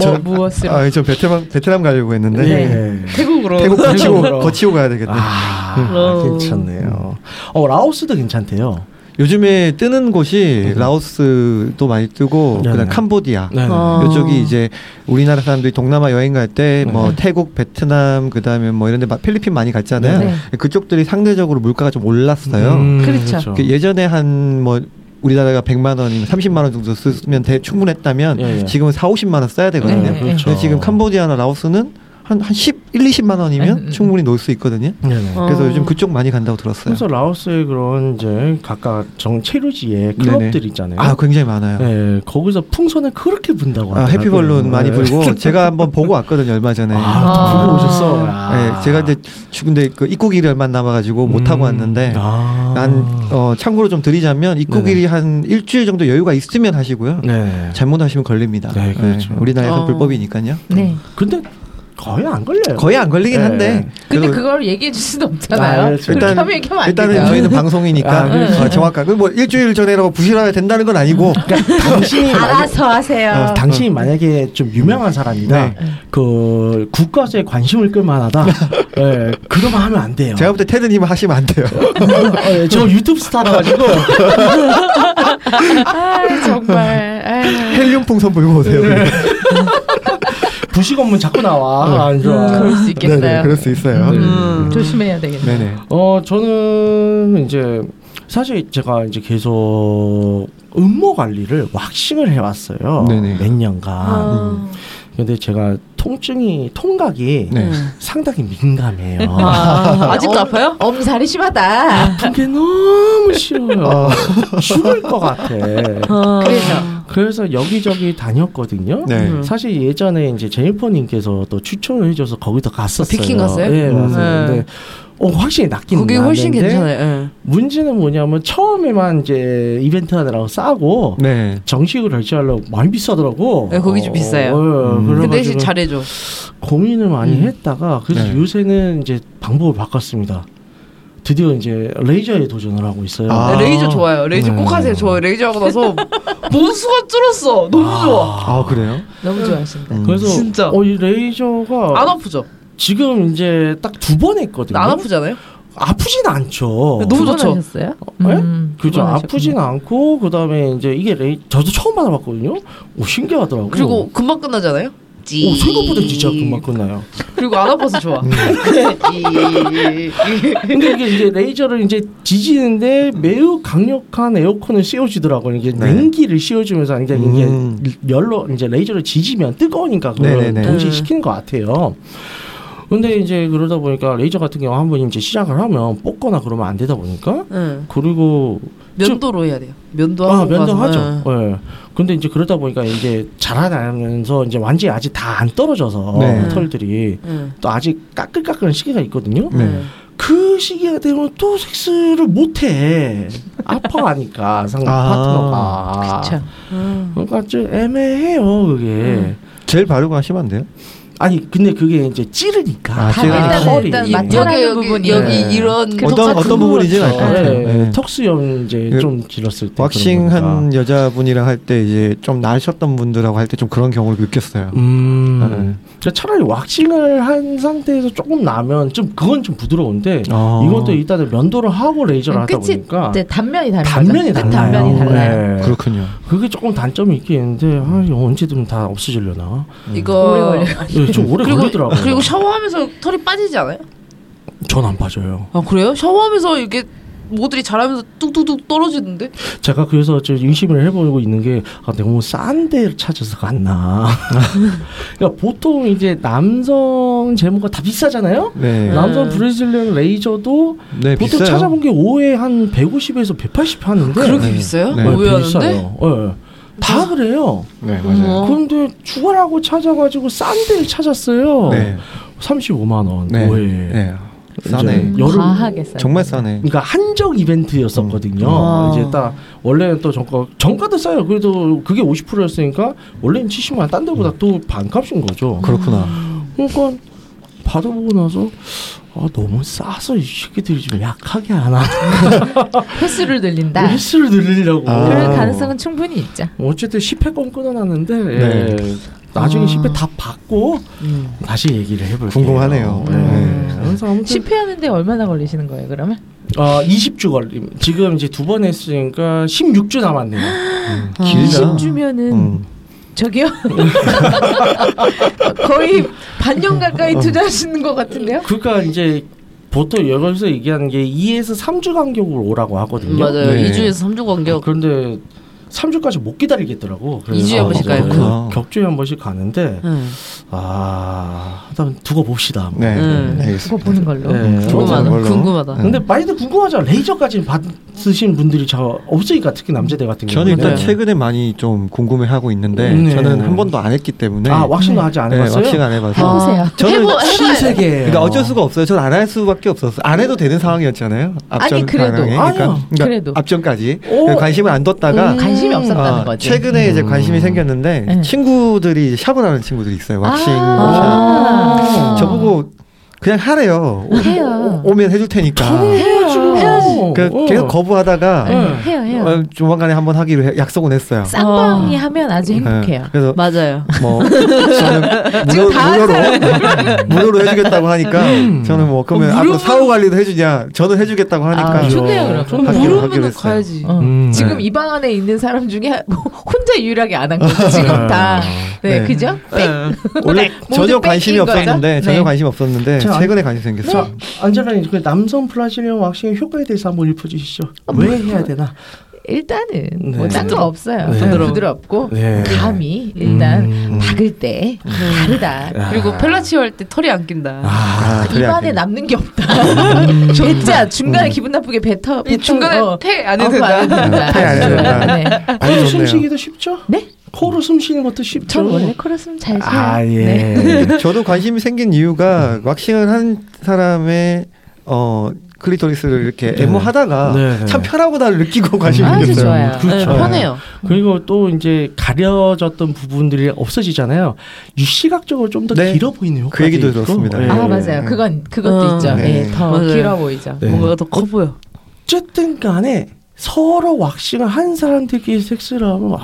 Speaker 4: 뭐 무엇을?
Speaker 8: 아저 베트남 베트남 가려고 했는데
Speaker 2: 네.
Speaker 3: 태국으로.
Speaker 8: 태국
Speaker 2: 태국으로.
Speaker 8: 거치고 거치고 가야 되겠네
Speaker 2: 아,
Speaker 3: 어.
Speaker 2: 괜찮네요. 어, 라오스도 괜찮대요.
Speaker 8: 요즘에 뜨는 곳이 라오스도 많이 뜨고
Speaker 2: 네네.
Speaker 8: 그다음 캄보디아
Speaker 2: 네.
Speaker 3: 어.
Speaker 8: 이쪽이 이제 우리나라 사람들이 동남아 여행 갈 때 뭐
Speaker 2: 네.
Speaker 8: 태국, 베트남 그다음에 뭐 이런데 필리핀 많이 갔잖아요.
Speaker 4: 네.
Speaker 8: 그쪽들이 상대적으로 물가가 좀 올랐어요.
Speaker 2: 음,
Speaker 4: 그렇죠.
Speaker 8: 그 예전에 한 뭐 우리나라가 100만 원이면 30만 원 정도 쓰면 대, 충분했다면
Speaker 2: 예, 예.
Speaker 8: 지금은 4, 50만 원 써야 되거든요.
Speaker 4: 네, 네,
Speaker 2: 그렇죠.
Speaker 8: 근데 지금 캄보디아나 라오스는 한, 한 10, 1, 20만 원이면
Speaker 4: 음, 음,
Speaker 8: 충분히 놀 수 있거든요.
Speaker 2: 네네.
Speaker 8: 그래서
Speaker 3: 어.
Speaker 8: 요즘 그쪽 많이 간다고 들었어요.
Speaker 2: 그래서 라오스의 그런 이제 각각 정 체류지의
Speaker 8: 네네.
Speaker 2: 클럽들 있잖아요.
Speaker 8: 아, 굉장히 많아요.
Speaker 2: 네, 거기서 풍선을 그렇게 분다고
Speaker 8: 아,
Speaker 2: 하더라고요.
Speaker 8: 해피벌룬 많이
Speaker 2: 네.
Speaker 8: 불고 제가 한번 보고 왔거든요 얼마 전에.
Speaker 2: 아, 또 불고 오셨어.
Speaker 8: 예, 제가 이제 죽은데 그 입국일이 얼마 남아가지고 못 하고 왔는데
Speaker 2: 음. 아.
Speaker 8: 난 어, 참고로 좀 드리자면 입국일이 한 일주일 정도 여유가 있으면 하시고요.
Speaker 2: 네.
Speaker 8: 잘못하시면 걸립니다.
Speaker 2: 네, 그렇죠.
Speaker 3: 어.
Speaker 8: 우리나라에서 불법이니까요.
Speaker 4: 네.
Speaker 2: 근데 거의 안 걸려요.
Speaker 8: 거의 안 걸리긴
Speaker 2: 네.
Speaker 8: 한데.
Speaker 4: 근데
Speaker 8: 그래도
Speaker 4: 그걸 얘기해 줄 수는
Speaker 2: 아,
Speaker 4: 없잖아요.
Speaker 2: 그렇죠.
Speaker 4: 그렇게
Speaker 8: 일단은-
Speaker 4: 하면 얘기하면 안
Speaker 8: 일단은
Speaker 4: 되죠.
Speaker 8: 저희는 방송이니까
Speaker 2: 아, 그렇죠. 음,
Speaker 8: 어, 정확한 그뭐 일주일 전에라고 부실하게 된다는 건 아니고
Speaker 2: 당신이 만약,
Speaker 4: 알아서 하세요.
Speaker 2: 어, 당신이 만약에 좀 유명한 사람이다.
Speaker 8: 네.
Speaker 2: 그 국가에 관심을 끌만하다. 예, 그러면 하면 안 돼요.
Speaker 8: 제가 뭐 볼 때 테드님 은 하시면 안 돼요.
Speaker 2: 어, 예, 저 유튜브 스타라 가지고
Speaker 4: 아, 정말. 아유.
Speaker 8: 헬륨 풍선 불고 오세요. 네,
Speaker 2: 부시 건문 자꾸 나와. 안 좋아.
Speaker 4: 그럴 수
Speaker 8: 네,
Speaker 4: 있겠어요.
Speaker 8: 네, 그럴 수 있어요.
Speaker 3: 음.
Speaker 4: 조심해야 되겠네.
Speaker 8: 네네.
Speaker 2: 어 저는 이제 사실 제가 이제 계속 음모 관리를 왁싱을 해왔어요.
Speaker 8: 네네.
Speaker 2: 몇 년간.
Speaker 3: 아.
Speaker 2: 근데 제가 통증이 통각이
Speaker 8: 네.
Speaker 4: 음.
Speaker 2: 상당히 민감해요.
Speaker 3: 아, 아직도 아파요?
Speaker 4: 엄살이 심하다.
Speaker 2: 아픈 게 너무 싫어요.
Speaker 8: 아.
Speaker 2: 죽을 것 같아.
Speaker 4: 그래서
Speaker 2: 그래서 여기저기 다녔거든요.
Speaker 8: 네.
Speaker 3: 음.
Speaker 2: 사실 예전에 이제 제니퍼님께서 또 추천을 해줘서 거기도 갔었어요.
Speaker 3: 피킹 갔어요?
Speaker 2: 예,
Speaker 8: 음.
Speaker 2: 맞아요.
Speaker 3: 네.
Speaker 2: 근데 어, 확실히 낫긴
Speaker 3: 거기 훨씬
Speaker 2: 낫는데
Speaker 3: 괜찮아요. 예.
Speaker 2: 문제는 뭐냐면 처음에만 이제 이벤트 하느라고 싸고
Speaker 8: 네.
Speaker 2: 정식을 결제하려고 많이 비싸더라고.
Speaker 3: 네, 거기 좀
Speaker 2: 어,
Speaker 3: 비싸요.
Speaker 2: 예,
Speaker 8: 음.
Speaker 3: 그
Speaker 2: 그래가지고
Speaker 3: 대신 잘해줘.
Speaker 2: 고민을 많이
Speaker 3: 음.
Speaker 2: 했다가 그래서
Speaker 8: 네.
Speaker 2: 요새는 이제 방법을 바꿨습니다. 드디어 이제 레이저에 도전을 하고 있어요.
Speaker 8: 아.
Speaker 3: 네, 레이저 좋아요. 레이저 꼭 하세요. 저 레이저 하고 나서 보수가 줄었어. 너무 좋아.
Speaker 8: 아 그래요?
Speaker 4: 너무 좋아하신다.
Speaker 8: 음.
Speaker 2: 그래서
Speaker 3: 진짜.
Speaker 2: 어, 이 레이저가
Speaker 3: 안 아프죠?
Speaker 2: 지금 이제 딱 두 번 했거든요.
Speaker 3: 안 아프잖아요?
Speaker 2: 아프진 않죠.
Speaker 3: 너무
Speaker 4: 두번
Speaker 3: 좋죠.
Speaker 4: 네, 하셨어요?
Speaker 2: 예?
Speaker 4: 음,
Speaker 2: 그죠.
Speaker 4: 두번
Speaker 2: 아프진
Speaker 4: 하셨구나.
Speaker 2: 않고 그다음에 이제 이게 레이 저도 처음 받아봤거든요. 오 신기하더라고.
Speaker 3: 그리고 금방 끝나잖아요?
Speaker 2: 오, 생각보다 진짜 금방 끝나요.
Speaker 3: 그리고 안 아파서 좋아.
Speaker 2: 근데 이게 이제 레이저를 이제 지지는데 매우 강력한 에어컨을 씌워주더라고요. 이게
Speaker 8: 네.
Speaker 2: 냉기를 씌워주면서 그러니까 이제
Speaker 8: 음.
Speaker 2: 이게 열로 이제 레이저를 지지면 뜨거우니까 그걸
Speaker 8: 네네네.
Speaker 2: 동시에
Speaker 3: 음.
Speaker 2: 시키는 것 같아요. 근데 이제 그러다 보니까 레이저 같은 경우 한번 이제 시작을 하면 뽑거나 그러면 안 되다 보니까
Speaker 3: 응.
Speaker 2: 그리고
Speaker 3: 예. 면도로 해야 돼요. 면도
Speaker 2: 아,
Speaker 3: 하고
Speaker 2: 면도하죠.
Speaker 3: 가서, 네.
Speaker 2: 예. 근데 이제 그러다 보니까 이제 자라나면서 이제 완전히 아직 다 안 떨어져서
Speaker 8: 네.
Speaker 2: 털들이
Speaker 3: 응.
Speaker 2: 또 아직 까끌까끌한 시기가 있거든요.
Speaker 8: 네.
Speaker 3: 응.
Speaker 2: 그 시기가 되면 또 섹스를 못해 아파하니까 상대
Speaker 8: 아,
Speaker 2: 파트너가
Speaker 4: 그쵸.
Speaker 3: 응.
Speaker 2: 그러니까 좀 애매해요 그게
Speaker 4: 음.
Speaker 2: 네,
Speaker 8: 젤 바르고 하시면 안 돼요?
Speaker 2: 아니 근데 그게 이제 찌르니까
Speaker 8: 아,
Speaker 4: 다
Speaker 8: 찌르니까.
Speaker 4: 일단
Speaker 2: 털이.
Speaker 4: 일단
Speaker 2: 예.
Speaker 4: 마찰하는
Speaker 3: 네. 여기,
Speaker 4: 부분이
Speaker 3: 여기
Speaker 8: 네.
Speaker 3: 이런
Speaker 8: 어떤-
Speaker 4: 그렇죠.
Speaker 8: 어떤 부분인지는 알 것
Speaker 2: 네,
Speaker 8: 같아요. 예.
Speaker 2: 턱수염 이제
Speaker 8: 그
Speaker 2: 좀 길었을 때 그런 거니까.
Speaker 8: 왁싱한 여자분이랑 할 때 이제 좀 나으셨던 분들하고 할 때 좀 그런 경우를 느꼈어요.
Speaker 2: 음.
Speaker 8: 네.
Speaker 2: 그러니까 차라리 왁싱을 한 상태에서 조금 나면 좀 그건 좀 부드러운데
Speaker 8: 어.
Speaker 2: 이것도 일단은 면도를 하고 레이저를 하다
Speaker 4: 음, 끝이
Speaker 2: 보니까
Speaker 4: 이제 단면이 달라요.
Speaker 2: 단면이 달라요.
Speaker 4: 단면이 달라요.
Speaker 2: 네.
Speaker 8: 그렇군요.
Speaker 2: 그게 조금 단점이 있긴 있는데 아, 이거 언제든 다 없어지려나.
Speaker 4: 오래
Speaker 3: 이거
Speaker 4: 걸려요.
Speaker 2: 예, 좀 오래
Speaker 3: 그리고
Speaker 2: 걸리더라고요.
Speaker 3: 그리고 샤워하면서 털이 빠지지 않아요?
Speaker 2: 전 안 빠져요.
Speaker 3: 아 그래요? 샤워하면서 이게 모들이 자라면서 뚝뚝뚝 떨어지는데?
Speaker 2: 제가 그래서 저 의심을 해보고 있는 게 아, 내가 뭐 싼 데를 찾아서 갔나. 그러니까 보통 이제 남성 제모가 다 비싸잖아요.
Speaker 8: 네.
Speaker 2: 남성 브레질리언 레이저도
Speaker 8: 네,
Speaker 2: 보통
Speaker 8: 비싸요.
Speaker 2: 찾아본 게 5에 한 150에서 180 하는데
Speaker 3: 그렇게 비싸요?
Speaker 8: 네.
Speaker 3: 오해하는데?
Speaker 2: 비싸요. 예. 다 그래요.
Speaker 8: 네,
Speaker 3: 어.
Speaker 8: 맞아요.
Speaker 2: 그런데 주가라고 찾아가지고 싼 데를
Speaker 4: 음.
Speaker 2: 찾았어요.
Speaker 8: 네.
Speaker 2: 35만 원.
Speaker 8: 네.
Speaker 2: 오해.
Speaker 8: 네. 싸네.
Speaker 2: 뭐, 예. 이제 여름
Speaker 4: 음, 과하게 싸요.
Speaker 8: 정말 싸네.
Speaker 2: 그러니까 한정 이벤트였었거든요.
Speaker 8: 음.
Speaker 3: 아.
Speaker 2: 이제 딱 원래는 또 정가 정가도 싸요. 그래도 그게 50%였으니까 원래는 70만 원, 딴
Speaker 8: 음.
Speaker 2: 데보다 또 반값인 거죠.
Speaker 8: 그렇구나.
Speaker 2: 그러니까 받아보고 나서 아 너무 싸서 이 새끼들이 좀 약하게 하나
Speaker 4: 횟수를 늘린다.
Speaker 2: 횟수를 늘리려고.
Speaker 8: 아.
Speaker 4: 네. 그럴 가능성은 충분히 있죠.
Speaker 2: 어쨌든 10회 건 끊어놨는데 예.
Speaker 8: 네.
Speaker 2: 나중에
Speaker 3: 아.
Speaker 2: 10회 다 받고
Speaker 3: 음.
Speaker 2: 다시 얘기를 해볼게요.
Speaker 8: 궁금하네요.
Speaker 2: 예.
Speaker 8: 네.
Speaker 2: 그래서 아무튼
Speaker 4: 10회 하는데 얼마나 걸리시는 거예요, 그러면?
Speaker 2: 어, 20주 걸림. 지금 이제 두 번 했으니까 16주 남았네요.
Speaker 8: 길다.
Speaker 4: 10주면은
Speaker 8: 음.
Speaker 4: 저기요? 거의 반년 가까이 투자하시는 것 같은데요?
Speaker 2: 그러니까 이제 보통 여기서 얘기하는 게 2에서 3주 간격으로 오라고 하거든요.
Speaker 3: 음, 맞아요.
Speaker 8: 네.
Speaker 3: 2주에서 3주 관계.
Speaker 2: 그런데 3주까지 못 기다리겠더라고. 그래서
Speaker 3: 이주에 한 번씩 가요?
Speaker 2: 그렇구나. 격주에 한 번씩 가는데
Speaker 3: 응.
Speaker 2: 아, 일단 두고 봅시다. 뭐.
Speaker 8: 네.
Speaker 3: 음.
Speaker 4: 그거
Speaker 8: 네. 알겠습니다.
Speaker 4: 보는 걸로.
Speaker 3: 어,
Speaker 2: 네.
Speaker 3: 궁금하다.
Speaker 8: 걸로.
Speaker 3: 궁금하다.
Speaker 8: 네.
Speaker 2: 근데 많이들 궁금하잖아. 레이저까지 받으신 분들이 잘 없으니까 특히 남자들 같은 경우.
Speaker 8: 저는 일단
Speaker 3: 네.
Speaker 8: 최근에 많이 좀 궁금해하고 있는데
Speaker 2: 네.
Speaker 8: 저는 한 번도 안 했기 때문에
Speaker 2: 아 왁싱도 아직 안 해봤어요.
Speaker 8: 네. 왁싱 안 해봐서
Speaker 4: 해보세요.
Speaker 8: 저는
Speaker 3: 네. 해보-
Speaker 2: 신세계.
Speaker 8: 그러니까 어쩔 수가 없어요. 저는 안 할 수밖에 없었어. 요안 해도 되는 상황이었잖아요. 앞전
Speaker 4: 아니, 그래도.
Speaker 8: 상황에. 그러니까,
Speaker 2: 아니요.
Speaker 8: 그러니까
Speaker 4: 그래도.
Speaker 8: 앞전까지 그러니까
Speaker 2: 오.
Speaker 8: 관심을 안 뒀다가
Speaker 4: 관심이
Speaker 3: 음.
Speaker 4: 없었다는
Speaker 8: 아,
Speaker 4: 거지.
Speaker 8: 최근에 이제 관심이 생겼는데
Speaker 4: 네.
Speaker 8: 친구들이 샵을 하는 친구들이 있어요. 아. 왁싱
Speaker 4: 아.
Speaker 8: 샵. 저보고 그냥 하래요. 오-
Speaker 4: 해요.
Speaker 8: 오면 해줄 테니까.
Speaker 2: 해야지.
Speaker 8: 그
Speaker 4: 어.
Speaker 8: 계속 거부하다가
Speaker 2: 네.
Speaker 4: 해요, 해요.
Speaker 8: 어, 조만간에 한번 하기로 해- 약속은 했어요.
Speaker 4: 쌍방이 하면 아주 행복해요.
Speaker 8: 네. 그래서
Speaker 3: 맞아요.
Speaker 8: 뭐 저는 무료, 무료로 무료로 해주겠다고 하니까
Speaker 4: 음.
Speaker 8: 저는 뭐 그러면 앞으로 사후 관리도 해주냐 저는 해주겠다고 하니까
Speaker 4: 어,
Speaker 8: 어,
Speaker 4: 아, 좋네요, 그럼.
Speaker 8: 하기로- 하기로
Speaker 3: 모르면
Speaker 8: 했어요.
Speaker 3: 가야지.
Speaker 4: 어.
Speaker 2: 음,
Speaker 4: 지금
Speaker 8: 네.
Speaker 4: 이 방 안에 있는 사람 중에 뭐 혼자 유일하게 안 한 거죠. 지금 다.
Speaker 2: 음.
Speaker 4: 네,
Speaker 8: 네.
Speaker 4: 그죠?
Speaker 8: 원래 전혀
Speaker 4: 모두
Speaker 8: 관심이
Speaker 4: 뺏긴 뭐 거죠?
Speaker 8: 없었는데
Speaker 4: 네.
Speaker 8: 전혀 관심 없었는데
Speaker 2: 자,
Speaker 8: 최근에 관심 생겼어요.
Speaker 2: 자, 안젤라님 그 남성 브라질리언 왁싱의 효과에 대해서 한번 읊어주시죠. 왜 해야 되나?
Speaker 4: 일단은
Speaker 2: 네.
Speaker 4: 뭐딴거 없어요.
Speaker 2: 네.
Speaker 4: 부드럽- 부드럽고
Speaker 2: 네.
Speaker 4: 감이 일단
Speaker 2: 음.
Speaker 4: 박을 때 다르다.
Speaker 3: 아. 그리고 펠라치오 할 때 털이 안 낀다.
Speaker 2: 아,
Speaker 8: 그래,
Speaker 4: 입안에
Speaker 8: 그래.
Speaker 4: 남는 게 없다.
Speaker 2: 음.
Speaker 4: 배짜 중간에 기분 나쁘게 뱉어.
Speaker 3: 이
Speaker 4: 뱉어-
Speaker 3: 중간에
Speaker 4: 어.
Speaker 3: 태안
Speaker 4: 어,
Speaker 3: 해도
Speaker 4: 그거 안
Speaker 3: 된다.
Speaker 2: 네,
Speaker 4: 된다.
Speaker 8: 태 안에 된다.
Speaker 4: 네.
Speaker 8: 아니,
Speaker 2: 코로
Speaker 8: 좋네요.
Speaker 2: 숨쉬기도 쉽죠?
Speaker 4: 네?
Speaker 2: 코로 숨쉬는 것도 쉽죠.
Speaker 4: 전 원래 코러스는 잘 쉬어요.
Speaker 2: 아 예.
Speaker 4: 네.
Speaker 8: 저도 관심이 생긴 이유가 왁싱을 한 사람의 어 클리토리스를 이렇게
Speaker 2: 네.
Speaker 8: 애모하다가
Speaker 2: 네.
Speaker 8: 참 편하구나를 느끼고 관심이
Speaker 4: 아주
Speaker 8: 생겼어요.
Speaker 4: 좋아요.
Speaker 3: 네,
Speaker 2: 그렇죠.
Speaker 3: 편해요.
Speaker 2: 그리고 또 이제 가려졌던 부분들이 없어지잖아요. 유시각적으로 좀 더
Speaker 8: 네.
Speaker 2: 길어 보이는 효과도
Speaker 8: 그 얘기도
Speaker 2: 있고.
Speaker 8: 들었습니다.
Speaker 2: 예.
Speaker 4: 아 맞아요. 그건 그것도
Speaker 3: 어,
Speaker 4: 있죠.
Speaker 8: 네.
Speaker 4: 예, 더
Speaker 3: 맞아요.
Speaker 4: 길어 보이죠.
Speaker 2: 네.
Speaker 3: 뭔가 더 커 보여.
Speaker 2: 어쨌든 간에 서로 왁싱을 한 사람들끼리 섹스를 하면 와,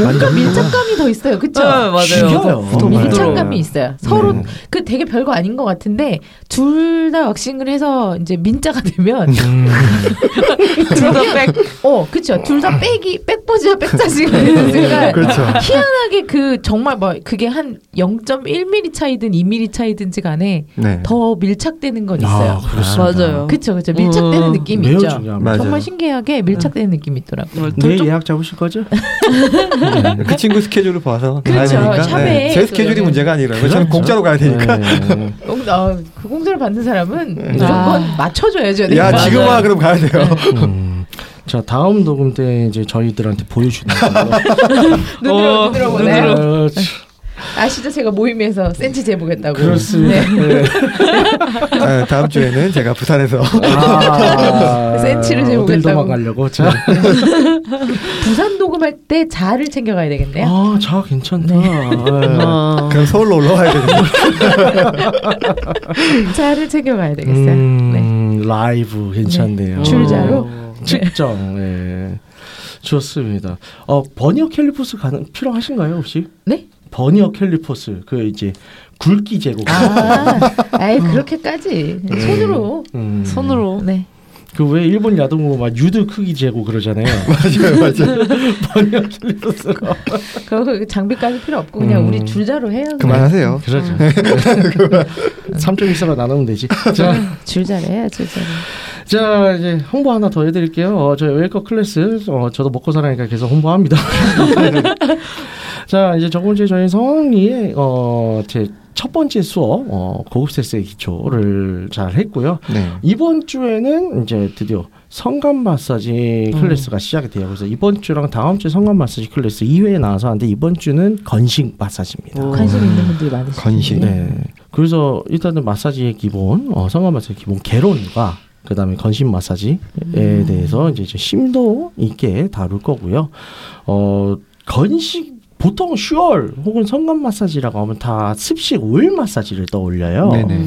Speaker 4: 뭔가 밀착감이 더 있어요. 그쵸
Speaker 3: 네, 맞아요.
Speaker 2: 죽여요. 네.
Speaker 8: 정말.
Speaker 4: 밀착감이 있어요. 서로 그 되게 별거 아닌 것 같은데 둘 다 왁싱을 해서 이제 민자가 되면
Speaker 2: 음.
Speaker 3: 백.
Speaker 4: 어 그쵸 둘 다 빽이 빽보지와 빽자지가
Speaker 2: 네.
Speaker 4: 되는 순간
Speaker 8: 그렇죠.
Speaker 4: 그러니까 희한하게 그 정말 뭐 그게 한 0.1mm 차이든 2mm 차이든지 간에
Speaker 8: 네.
Speaker 4: 더 밀착되는 건 있어요.
Speaker 2: 아, 그렇습니다. 음,
Speaker 3: 맞아요.
Speaker 4: 그쵸 그쵸 밀착되는
Speaker 3: 어,
Speaker 4: 느낌이
Speaker 2: 매우
Speaker 4: 있죠.
Speaker 2: 중요합니다. 네.
Speaker 8: 맞아요.
Speaker 4: 정말 신기하게 밀착되는 느낌이 있더라고. 요
Speaker 3: 네.
Speaker 2: 내 예약 잡으실 거죠?
Speaker 8: 그 친구 스케줄을 봐서 가야
Speaker 4: 그렇죠.
Speaker 8: 되니까
Speaker 4: 샵에
Speaker 8: 네. 제 스케줄이
Speaker 4: 그거는.
Speaker 8: 문제가 아니라
Speaker 2: 그렇죠.
Speaker 8: 저는 네, 공짜로 가야 되니까
Speaker 2: 네.
Speaker 4: 공- 어, 그 공사를 받는 사람은 무조건 맞춰줘야죠.
Speaker 2: 네.
Speaker 8: 야
Speaker 4: 내가.
Speaker 8: 지금 와 그럼 가야 돼요
Speaker 2: 음. 자 다음 녹음 때 이제 저희들한테 보여주는 네, 걸로.
Speaker 4: 눈으로
Speaker 3: 어,
Speaker 4: 눈으로 보내. 네.
Speaker 3: 눈으로.
Speaker 2: 그렇지.
Speaker 4: 아시죠? 제가 모임에서 센치 재보겠다고.
Speaker 2: 그렇습니다. 네.
Speaker 4: 네.
Speaker 8: 아, 다음 주에는 제가 부산에서
Speaker 2: 아,
Speaker 4: 센치를 재보겠다고.
Speaker 2: 어딜 도망가려고. 자.
Speaker 4: 부산 녹음할 때 자를 챙겨가야 되겠네요. 네. 어,
Speaker 2: 아, 자 괜찮다. 아,
Speaker 8: 그럼 서울로 올라와야 되겠네.
Speaker 4: 자를 챙겨가야 되겠어요. 네.
Speaker 2: 음, 라이브 괜찮네요. 어,
Speaker 4: 줄자로?
Speaker 2: 측정. 예. 좋습니다. 어, 버니어 캘리포스 가능 필요하신가요, 혹시?
Speaker 4: 네?
Speaker 2: 버니어 캘리포스 그 이제 굵기 제곱.
Speaker 4: 아, 아이
Speaker 8: 음.
Speaker 4: 그렇게까지 손으로.
Speaker 2: 음.
Speaker 6: 손으로
Speaker 4: 네.
Speaker 2: 그 왜 일본 야동으로 막 유드 크기 재고 그러잖아요.
Speaker 8: 맞아요, 맞아요.
Speaker 2: 번역 틀렸어가.
Speaker 4: 그 장비까지 필요 없고 그냥
Speaker 2: 음.
Speaker 4: 우리 줄자로 해요. 그냥.
Speaker 8: 그만하세요.
Speaker 2: 그러죠. 3.14로 나누면 되지. 자,
Speaker 4: 네. 줄자로 해요, 줄자로.
Speaker 2: 자 이제 홍보 하나 더 해드릴게요. 어, 저희 웨이커 클래스 어, 저도 먹고 살아니까 계속 홍보합니다. 자 이제 저번 주에 저희 성황리의 어, 제 첫 번째 수업 어, 고급 세스의 기초를 잘 했고요.
Speaker 8: 네.
Speaker 2: 이번 주에는 이제 드디어 성간 마사지
Speaker 8: 음.
Speaker 2: 클래스가 시작이 돼요. 그래서 이번 주랑 다음 주 성간 마사지 클래스 2회에 나와서 하는데 이번 주는 건식 마사지입니다.
Speaker 4: 관심 있는 분들이 많으시죠.
Speaker 8: 건식.
Speaker 2: 네. 그래서 일단은 마사지의 기본, 어, 성간 마사지 기본 개론과 그다음에 건식 마사지에
Speaker 8: 음.
Speaker 2: 대해서 이제 좀 심도 있게 다룰 거고요. 어, 건식 보통 슈얼 혹은 성간 마사지라고 하면 다 습식 오일 마사지를 떠올려요.
Speaker 8: 네네.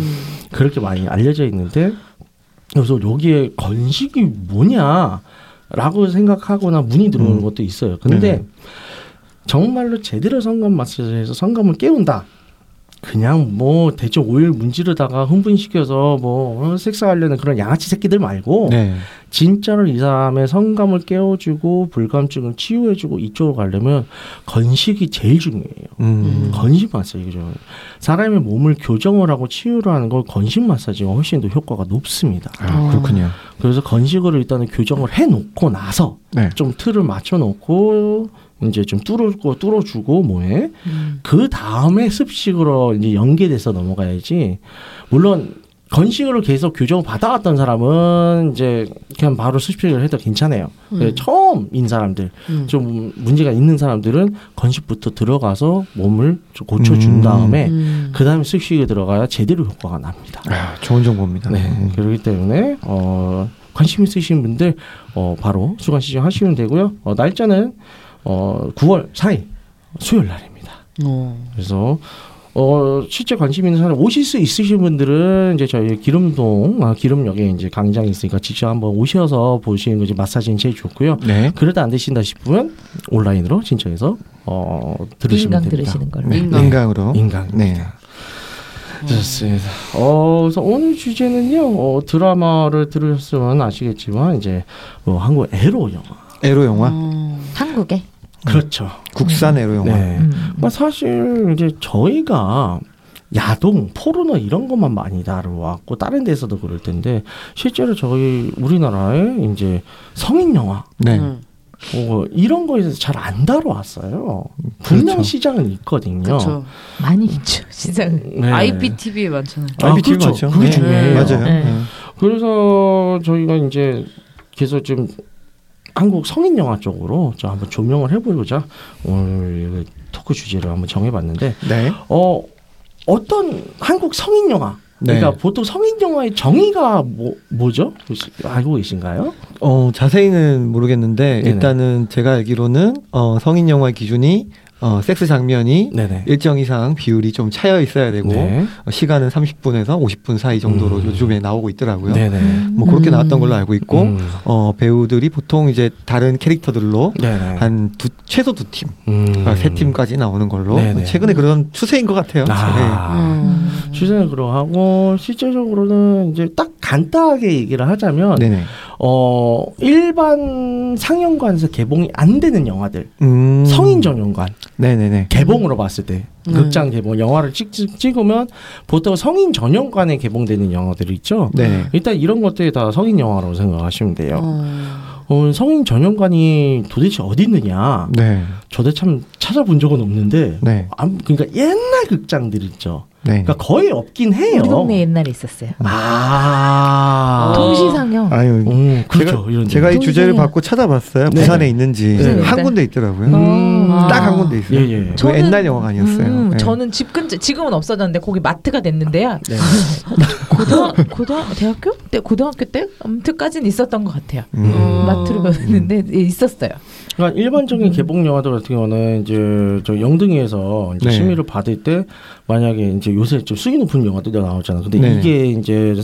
Speaker 2: 그렇게 많이 알려져 있는데 그래서 여기에 건식이 뭐냐라고 생각하거나 문이 들어오는
Speaker 8: 음.
Speaker 2: 것도 있어요. 근데
Speaker 8: 네네.
Speaker 2: 정말로 제대로 성감 마사지해서 성감을 깨운다. 그냥 뭐 대체 오일 문지르다가 흥분시켜서 뭐 어, 섹스하려는 그런 양아치 새끼들 말고
Speaker 8: 네.
Speaker 2: 진짜로 이 사람의 성감을 깨워주고 불감증을 치유해주고 이쪽으로 가려면 건식이 제일 중요해요.
Speaker 8: 음.
Speaker 2: 건식 마사지죠. 사람의 몸을 교정을 하고 치유를 하는 걸 건식 마사지가 훨씬 더 효과가 높습니다.
Speaker 8: 아, 그렇군요.
Speaker 4: 어.
Speaker 2: 그래서 건식으로 일단은 교정을 해놓고 나서
Speaker 8: 네.
Speaker 2: 좀 틀을 맞춰놓고 이제 좀 뚫어주고 뚫어주고 뭐해 그 다음에 습식으로 이제 연계돼서 넘어가야지 물론 건식으로 계속 교정 받아왔던 사람은 이제 그냥 바로 습식을 해도 괜찮아요. 근데 처음인 사람들 좀 문제가 있는 사람들은 건식부터 들어가서 몸을 좀 고쳐준
Speaker 8: 음.
Speaker 2: 다음에 그 다음에 습식에 들어가야 제대로 효과가 납니다.
Speaker 8: 아, 좋은 정보입니다. 음.
Speaker 2: 네. 그렇기 때문에 어, 관심 있으신 분들 어, 바로 수강 신청하시면 되고요. 어, 날짜는 어, 9월 4일 수요일 날입니다. 그래서 어, 실제 관심 있는 사람 오실 수 있으신 분들은 이제 저희 기름동 아, 기름역에 이제 강장이 있으니까 직접 한번 오셔서 보시는 거지 마사지는 제일 좋고요.
Speaker 8: 네.
Speaker 2: 그래도 안 되신다 싶으면 온라인으로 신청해서 어, 들으시면
Speaker 4: 인강
Speaker 2: 됩니다. 어?
Speaker 4: 들으시는 걸로.
Speaker 8: 네. 인강으로.
Speaker 2: 인강.
Speaker 8: 네.
Speaker 2: 좋습니다. 어, 그래서 오늘 주제는요, 어, 드라마를 들으셨으면 아시겠지만, 이제, 어, 한국 에로 영화.
Speaker 8: 에로 영화.
Speaker 3: 음.
Speaker 4: 한국에.
Speaker 2: 그렇죠.
Speaker 8: 국산 에로 영화. 음.
Speaker 2: 네. 뭐 사실, 이제 저희가 야동, 포르노 이런 것만 많이 다루왔고, 다른 데서도 그럴 텐데, 실제로 저희 우리나라의 이제 성인 영화,
Speaker 8: 네.
Speaker 3: 음.
Speaker 2: 어, 이런 거에 대해서 잘 안 다뤄왔어요. 분명
Speaker 8: 그렇죠.
Speaker 2: 시장은 있거든요.
Speaker 3: 그렇죠.
Speaker 4: 많이 있죠, 시장은.
Speaker 2: 네.
Speaker 3: IPTV에 많잖아요.
Speaker 2: 아,
Speaker 8: IPTV
Speaker 2: 그렇죠.
Speaker 8: 맞죠?
Speaker 2: 그게
Speaker 8: 네.
Speaker 2: 중요해요.
Speaker 8: 맞아요.
Speaker 4: 네.
Speaker 8: 네.
Speaker 2: 그래서 저희가 이제 계속 지금 한국 성인 영화 쪽으로 좀 한번 조명을 해보자 오늘 그 토크 주제를 한번 정해봤는데
Speaker 8: 네.
Speaker 2: 어 어떤 한국 성인 영화
Speaker 8: 네.
Speaker 2: 그러니까 보통 성인 영화의 정의가 뭐 뭐죠 혹시 알고 계신가요?
Speaker 8: 어, 자세히는 모르겠는데
Speaker 2: 네네.
Speaker 8: 일단은 제가 알기로는 어, 성인 영화의 기준이 어, 섹스 장면이
Speaker 2: 네네.
Speaker 8: 일정 이상 비율이 좀 차여 있어야 되고
Speaker 2: 네.
Speaker 8: 어, 시간은 30분에서 50분 사이 정도로
Speaker 2: 음.
Speaker 8: 요즘에 나오고 있더라고요.
Speaker 2: 네네.
Speaker 8: 뭐 그렇게 나왔던 걸로 알고 있고
Speaker 2: 음.
Speaker 8: 어, 배우들이 보통 이제 다른 캐릭터들로
Speaker 2: 네네.
Speaker 8: 한 두, 최소 두 팀,
Speaker 2: 음.
Speaker 8: 세 팀까지 나오는 걸로
Speaker 2: 네네.
Speaker 8: 최근에 그런 추세인 것 같아요.
Speaker 2: 아.
Speaker 3: 음.
Speaker 2: 추세는 그러하고 실제적으로는 이제 딱 간단하게 얘기를 하자면
Speaker 8: 네. 네네.
Speaker 2: 어 일반 상영관에서 개봉이 안 되는 영화들
Speaker 8: 음.
Speaker 2: 성인 전용관
Speaker 8: 네네네.
Speaker 2: 개봉으로 봤을 때 극장 개봉 영화를 찍, 으면 보통 성인 전용관에 개봉되는 영화들이 있죠
Speaker 8: 네.
Speaker 2: 일단 이런 것들이 다 성인 영화라고 생각하시면
Speaker 8: 음.
Speaker 2: 돼요 어, 성인 전용관이 도대체 어디 있느냐
Speaker 8: 네.
Speaker 2: 저도 참 찾아본 적은 없는데
Speaker 8: 네.
Speaker 2: 암- 그러니까 옛날 극장들 있죠
Speaker 8: 네.
Speaker 2: 그러니까 거의 없긴 해요
Speaker 4: 우리 동네 에 옛날에 있었어요.
Speaker 2: 아
Speaker 4: 동시 상영. 있어요.
Speaker 8: 아유,
Speaker 2: 오, 그렇죠.
Speaker 8: 제가,
Speaker 2: 이런
Speaker 8: 제가 이
Speaker 4: 동생이-
Speaker 8: 주제를 받고 찾아봤어요.
Speaker 2: 네.
Speaker 8: 부산에
Speaker 4: 음.
Speaker 8: 있는지
Speaker 4: 네.
Speaker 8: 한 군데 있더라고요.
Speaker 4: 음. 아.
Speaker 8: 딱 한 군데 있어요.
Speaker 2: 예, 예.
Speaker 8: 그거 옛날 영화가 아니었어요.
Speaker 4: 음,
Speaker 8: 예.
Speaker 4: 저는 집 근처 지금은 없어졌는데 거기 마트가 됐는데요.
Speaker 2: 네.
Speaker 4: 고등 고등 대학교 때 고등학교 때 아무튼까지는 있었던 것 같아요.
Speaker 8: 음.
Speaker 4: 마트로 갔는데 예, 있었어요.
Speaker 2: 그러니까 일반적인 개봉 영화들 같은 경우는 이제 저 영등이에서 이제
Speaker 8: 네.
Speaker 2: 심의를 받을 때 만약에 이제 요새 좀 수위 높은 영화들이 나오잖아. 근데
Speaker 8: 네.
Speaker 2: 이게 이제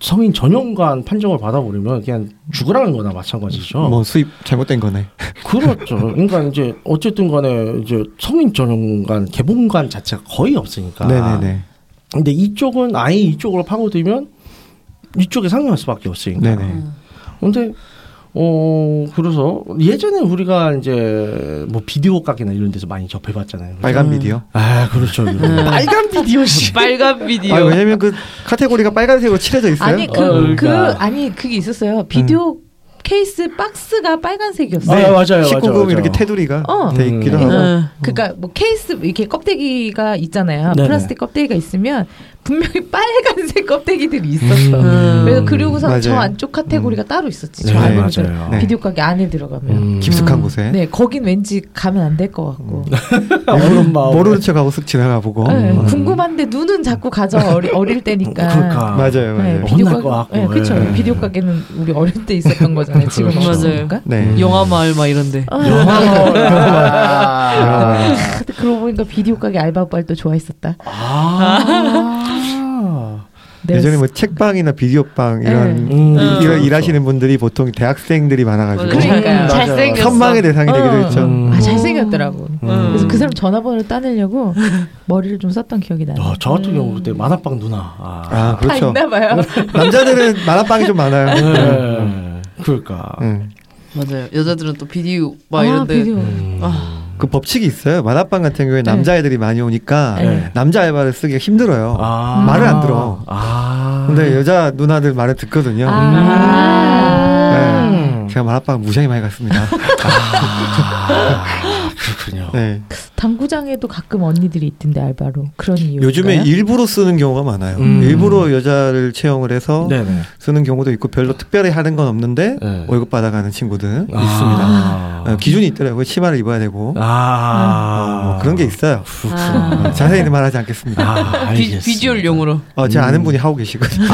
Speaker 2: 성인 전용관 판정을 받아버리면 그냥 죽으라는 거나 마찬가지죠.
Speaker 8: 뭐 수입 잘못된 거네.
Speaker 2: 그렇죠. 그러니까 이제 어쨌든 간에 이제 성인 전용관 개봉관 자체가 거의 없으니까.
Speaker 8: 네네네.
Speaker 2: 근데 이쪽은 아예 이쪽으로 파고들면 이쪽에 상영할 수밖에 없으니까.
Speaker 8: 네네.
Speaker 4: 음.
Speaker 2: 근데 어 그래서 예전에 우리가 이제 뭐 비디오 가게나 이런 데서 많이 접해봤잖아요. 그죠?
Speaker 8: 빨간 미디어.
Speaker 2: 아 그렇죠.
Speaker 4: 음.
Speaker 2: 이런 거. 빨간 비디오 씨.
Speaker 3: 빨간 비디오.
Speaker 8: 아 왜냐면 그 카테고리가 빨간색으로 칠해져 있어요.
Speaker 4: 아니 그 그
Speaker 2: 어, 그러니까.
Speaker 4: 아니 그게 있었어요. 비디오 케이스 박스가 빨간색이었어요.
Speaker 2: 아, 맞아요, 맞아요.
Speaker 8: 19금
Speaker 2: 맞아요.
Speaker 8: 이렇게 테두리가
Speaker 4: 어.
Speaker 8: 돼 있기도
Speaker 4: 음.
Speaker 8: 하고.
Speaker 3: 응.
Speaker 4: 그러니까 뭐 케이스 이렇게 껍데기가 있잖아요.
Speaker 2: 네네.
Speaker 4: 플라스틱 껍데기가 있으면 분명히 빨간색 껍데기들이 있었어.
Speaker 3: 음.
Speaker 4: 그래서 그리고서 저
Speaker 8: 맞아요.
Speaker 4: 안쪽 카테고리가 따로 있었지.
Speaker 2: 네,
Speaker 4: 저 안으로
Speaker 2: 맞아요.
Speaker 4: 들어가-
Speaker 8: 네.
Speaker 4: 비디오 가게 안에 들어가면.
Speaker 2: 음.
Speaker 8: 깊숙한 곳에
Speaker 4: 네, 거긴 왠지 가면 안 될 것 같고.
Speaker 2: 어른 아, 마음.
Speaker 8: 네. 모르는 척하고 쓱 지나가 보고.
Speaker 2: 어.
Speaker 4: 네,
Speaker 8: 음.
Speaker 4: 궁금한데 눈은 자꾸 가져 어리, 어릴 때니까.
Speaker 2: 그러니까.
Speaker 8: 맞아요,
Speaker 4: 네,
Speaker 8: 맞아요.
Speaker 4: 비디오
Speaker 2: 혼날 것
Speaker 4: 가게.
Speaker 2: 같고,
Speaker 4: 네, 그렇죠.
Speaker 2: 예.
Speaker 4: 비디오 가게는 우리 어릴 때 있었던 거잖아요. 지금
Speaker 2: 그렇죠.
Speaker 4: 없으니까.
Speaker 8: 네.
Speaker 3: 영화 마을 막 이런데.
Speaker 8: 아,
Speaker 4: 아, 근데 그러고 보니까 비디오 가게 알바 오빠를 또 좋아했었다.
Speaker 2: 아.
Speaker 4: 내가
Speaker 8: 예전에 뭐 책방이나 비디오방 이런
Speaker 4: 네.
Speaker 2: 음,
Speaker 8: 이런
Speaker 2: 그렇죠.
Speaker 8: 일하시는 분들이 보통 대학생들이 많아가지고
Speaker 4: 어, 그러니까요.
Speaker 2: 음, 맞아요.
Speaker 3: 잘생겼어.
Speaker 8: 선망의 대상이 되기도
Speaker 4: 어.
Speaker 8: 했죠.
Speaker 2: 음.
Speaker 4: 아 잘생겼더라고.
Speaker 2: 음.
Speaker 4: 그래서 그 사람 전화번호를 따내려고 머리를 좀 썼던 기억이 나요.
Speaker 2: 아, 저 같은 경우 그때 만화방 누나. 아.
Speaker 4: 다
Speaker 8: 아 그렇죠.
Speaker 4: 있나봐요.
Speaker 8: 남자들은 만화방이 좀 많아요.
Speaker 2: 네. 그러니까.
Speaker 8: 음.
Speaker 3: 맞아요. 여자들은 또 비디오 막
Speaker 4: 아,
Speaker 3: 이런데.
Speaker 4: 비디오.
Speaker 2: 음.
Speaker 3: 아.
Speaker 8: 그 법칙이 있어요. 만화방 같은 경우에
Speaker 4: 네.
Speaker 8: 남자애들이 많이 오니까
Speaker 2: 네.
Speaker 8: 남자 알바를 쓰기가 힘들어요.
Speaker 2: 아.
Speaker 8: 말을 안 들어.
Speaker 2: 아.
Speaker 8: 근데 여자 누나들 말을 듣거든요.
Speaker 4: 아.
Speaker 8: 네. 제가 만화방 무지하게 많이 갔습니다.
Speaker 2: 아, 그렇군요.
Speaker 8: 네.
Speaker 4: 당구장에도 가끔 언니들이 있던데 알바로 그런 이유.
Speaker 8: 요즘에 일부러 쓰는 경우가 많아요.
Speaker 2: 음.
Speaker 8: 일부러 여자를 채용을 해서
Speaker 2: 네네.
Speaker 8: 쓰는 경우도 있고 별로 특별히 하는 건 없는데
Speaker 2: 네.
Speaker 8: 월급 받아가는 친구들
Speaker 2: 아.
Speaker 8: 있습니다. 어, 기준이 있더라고요. 치마를 입어야 되고
Speaker 2: 아.
Speaker 8: 뭐 그런 게 있어요.
Speaker 3: 아.
Speaker 8: 어, 자세히는 네. 말하지 않겠습니다.
Speaker 2: 아,
Speaker 3: 비,
Speaker 2: 알겠습니다.
Speaker 3: 비주얼용으로.
Speaker 8: 어, 제가 아는 분이 하고 계시거든요.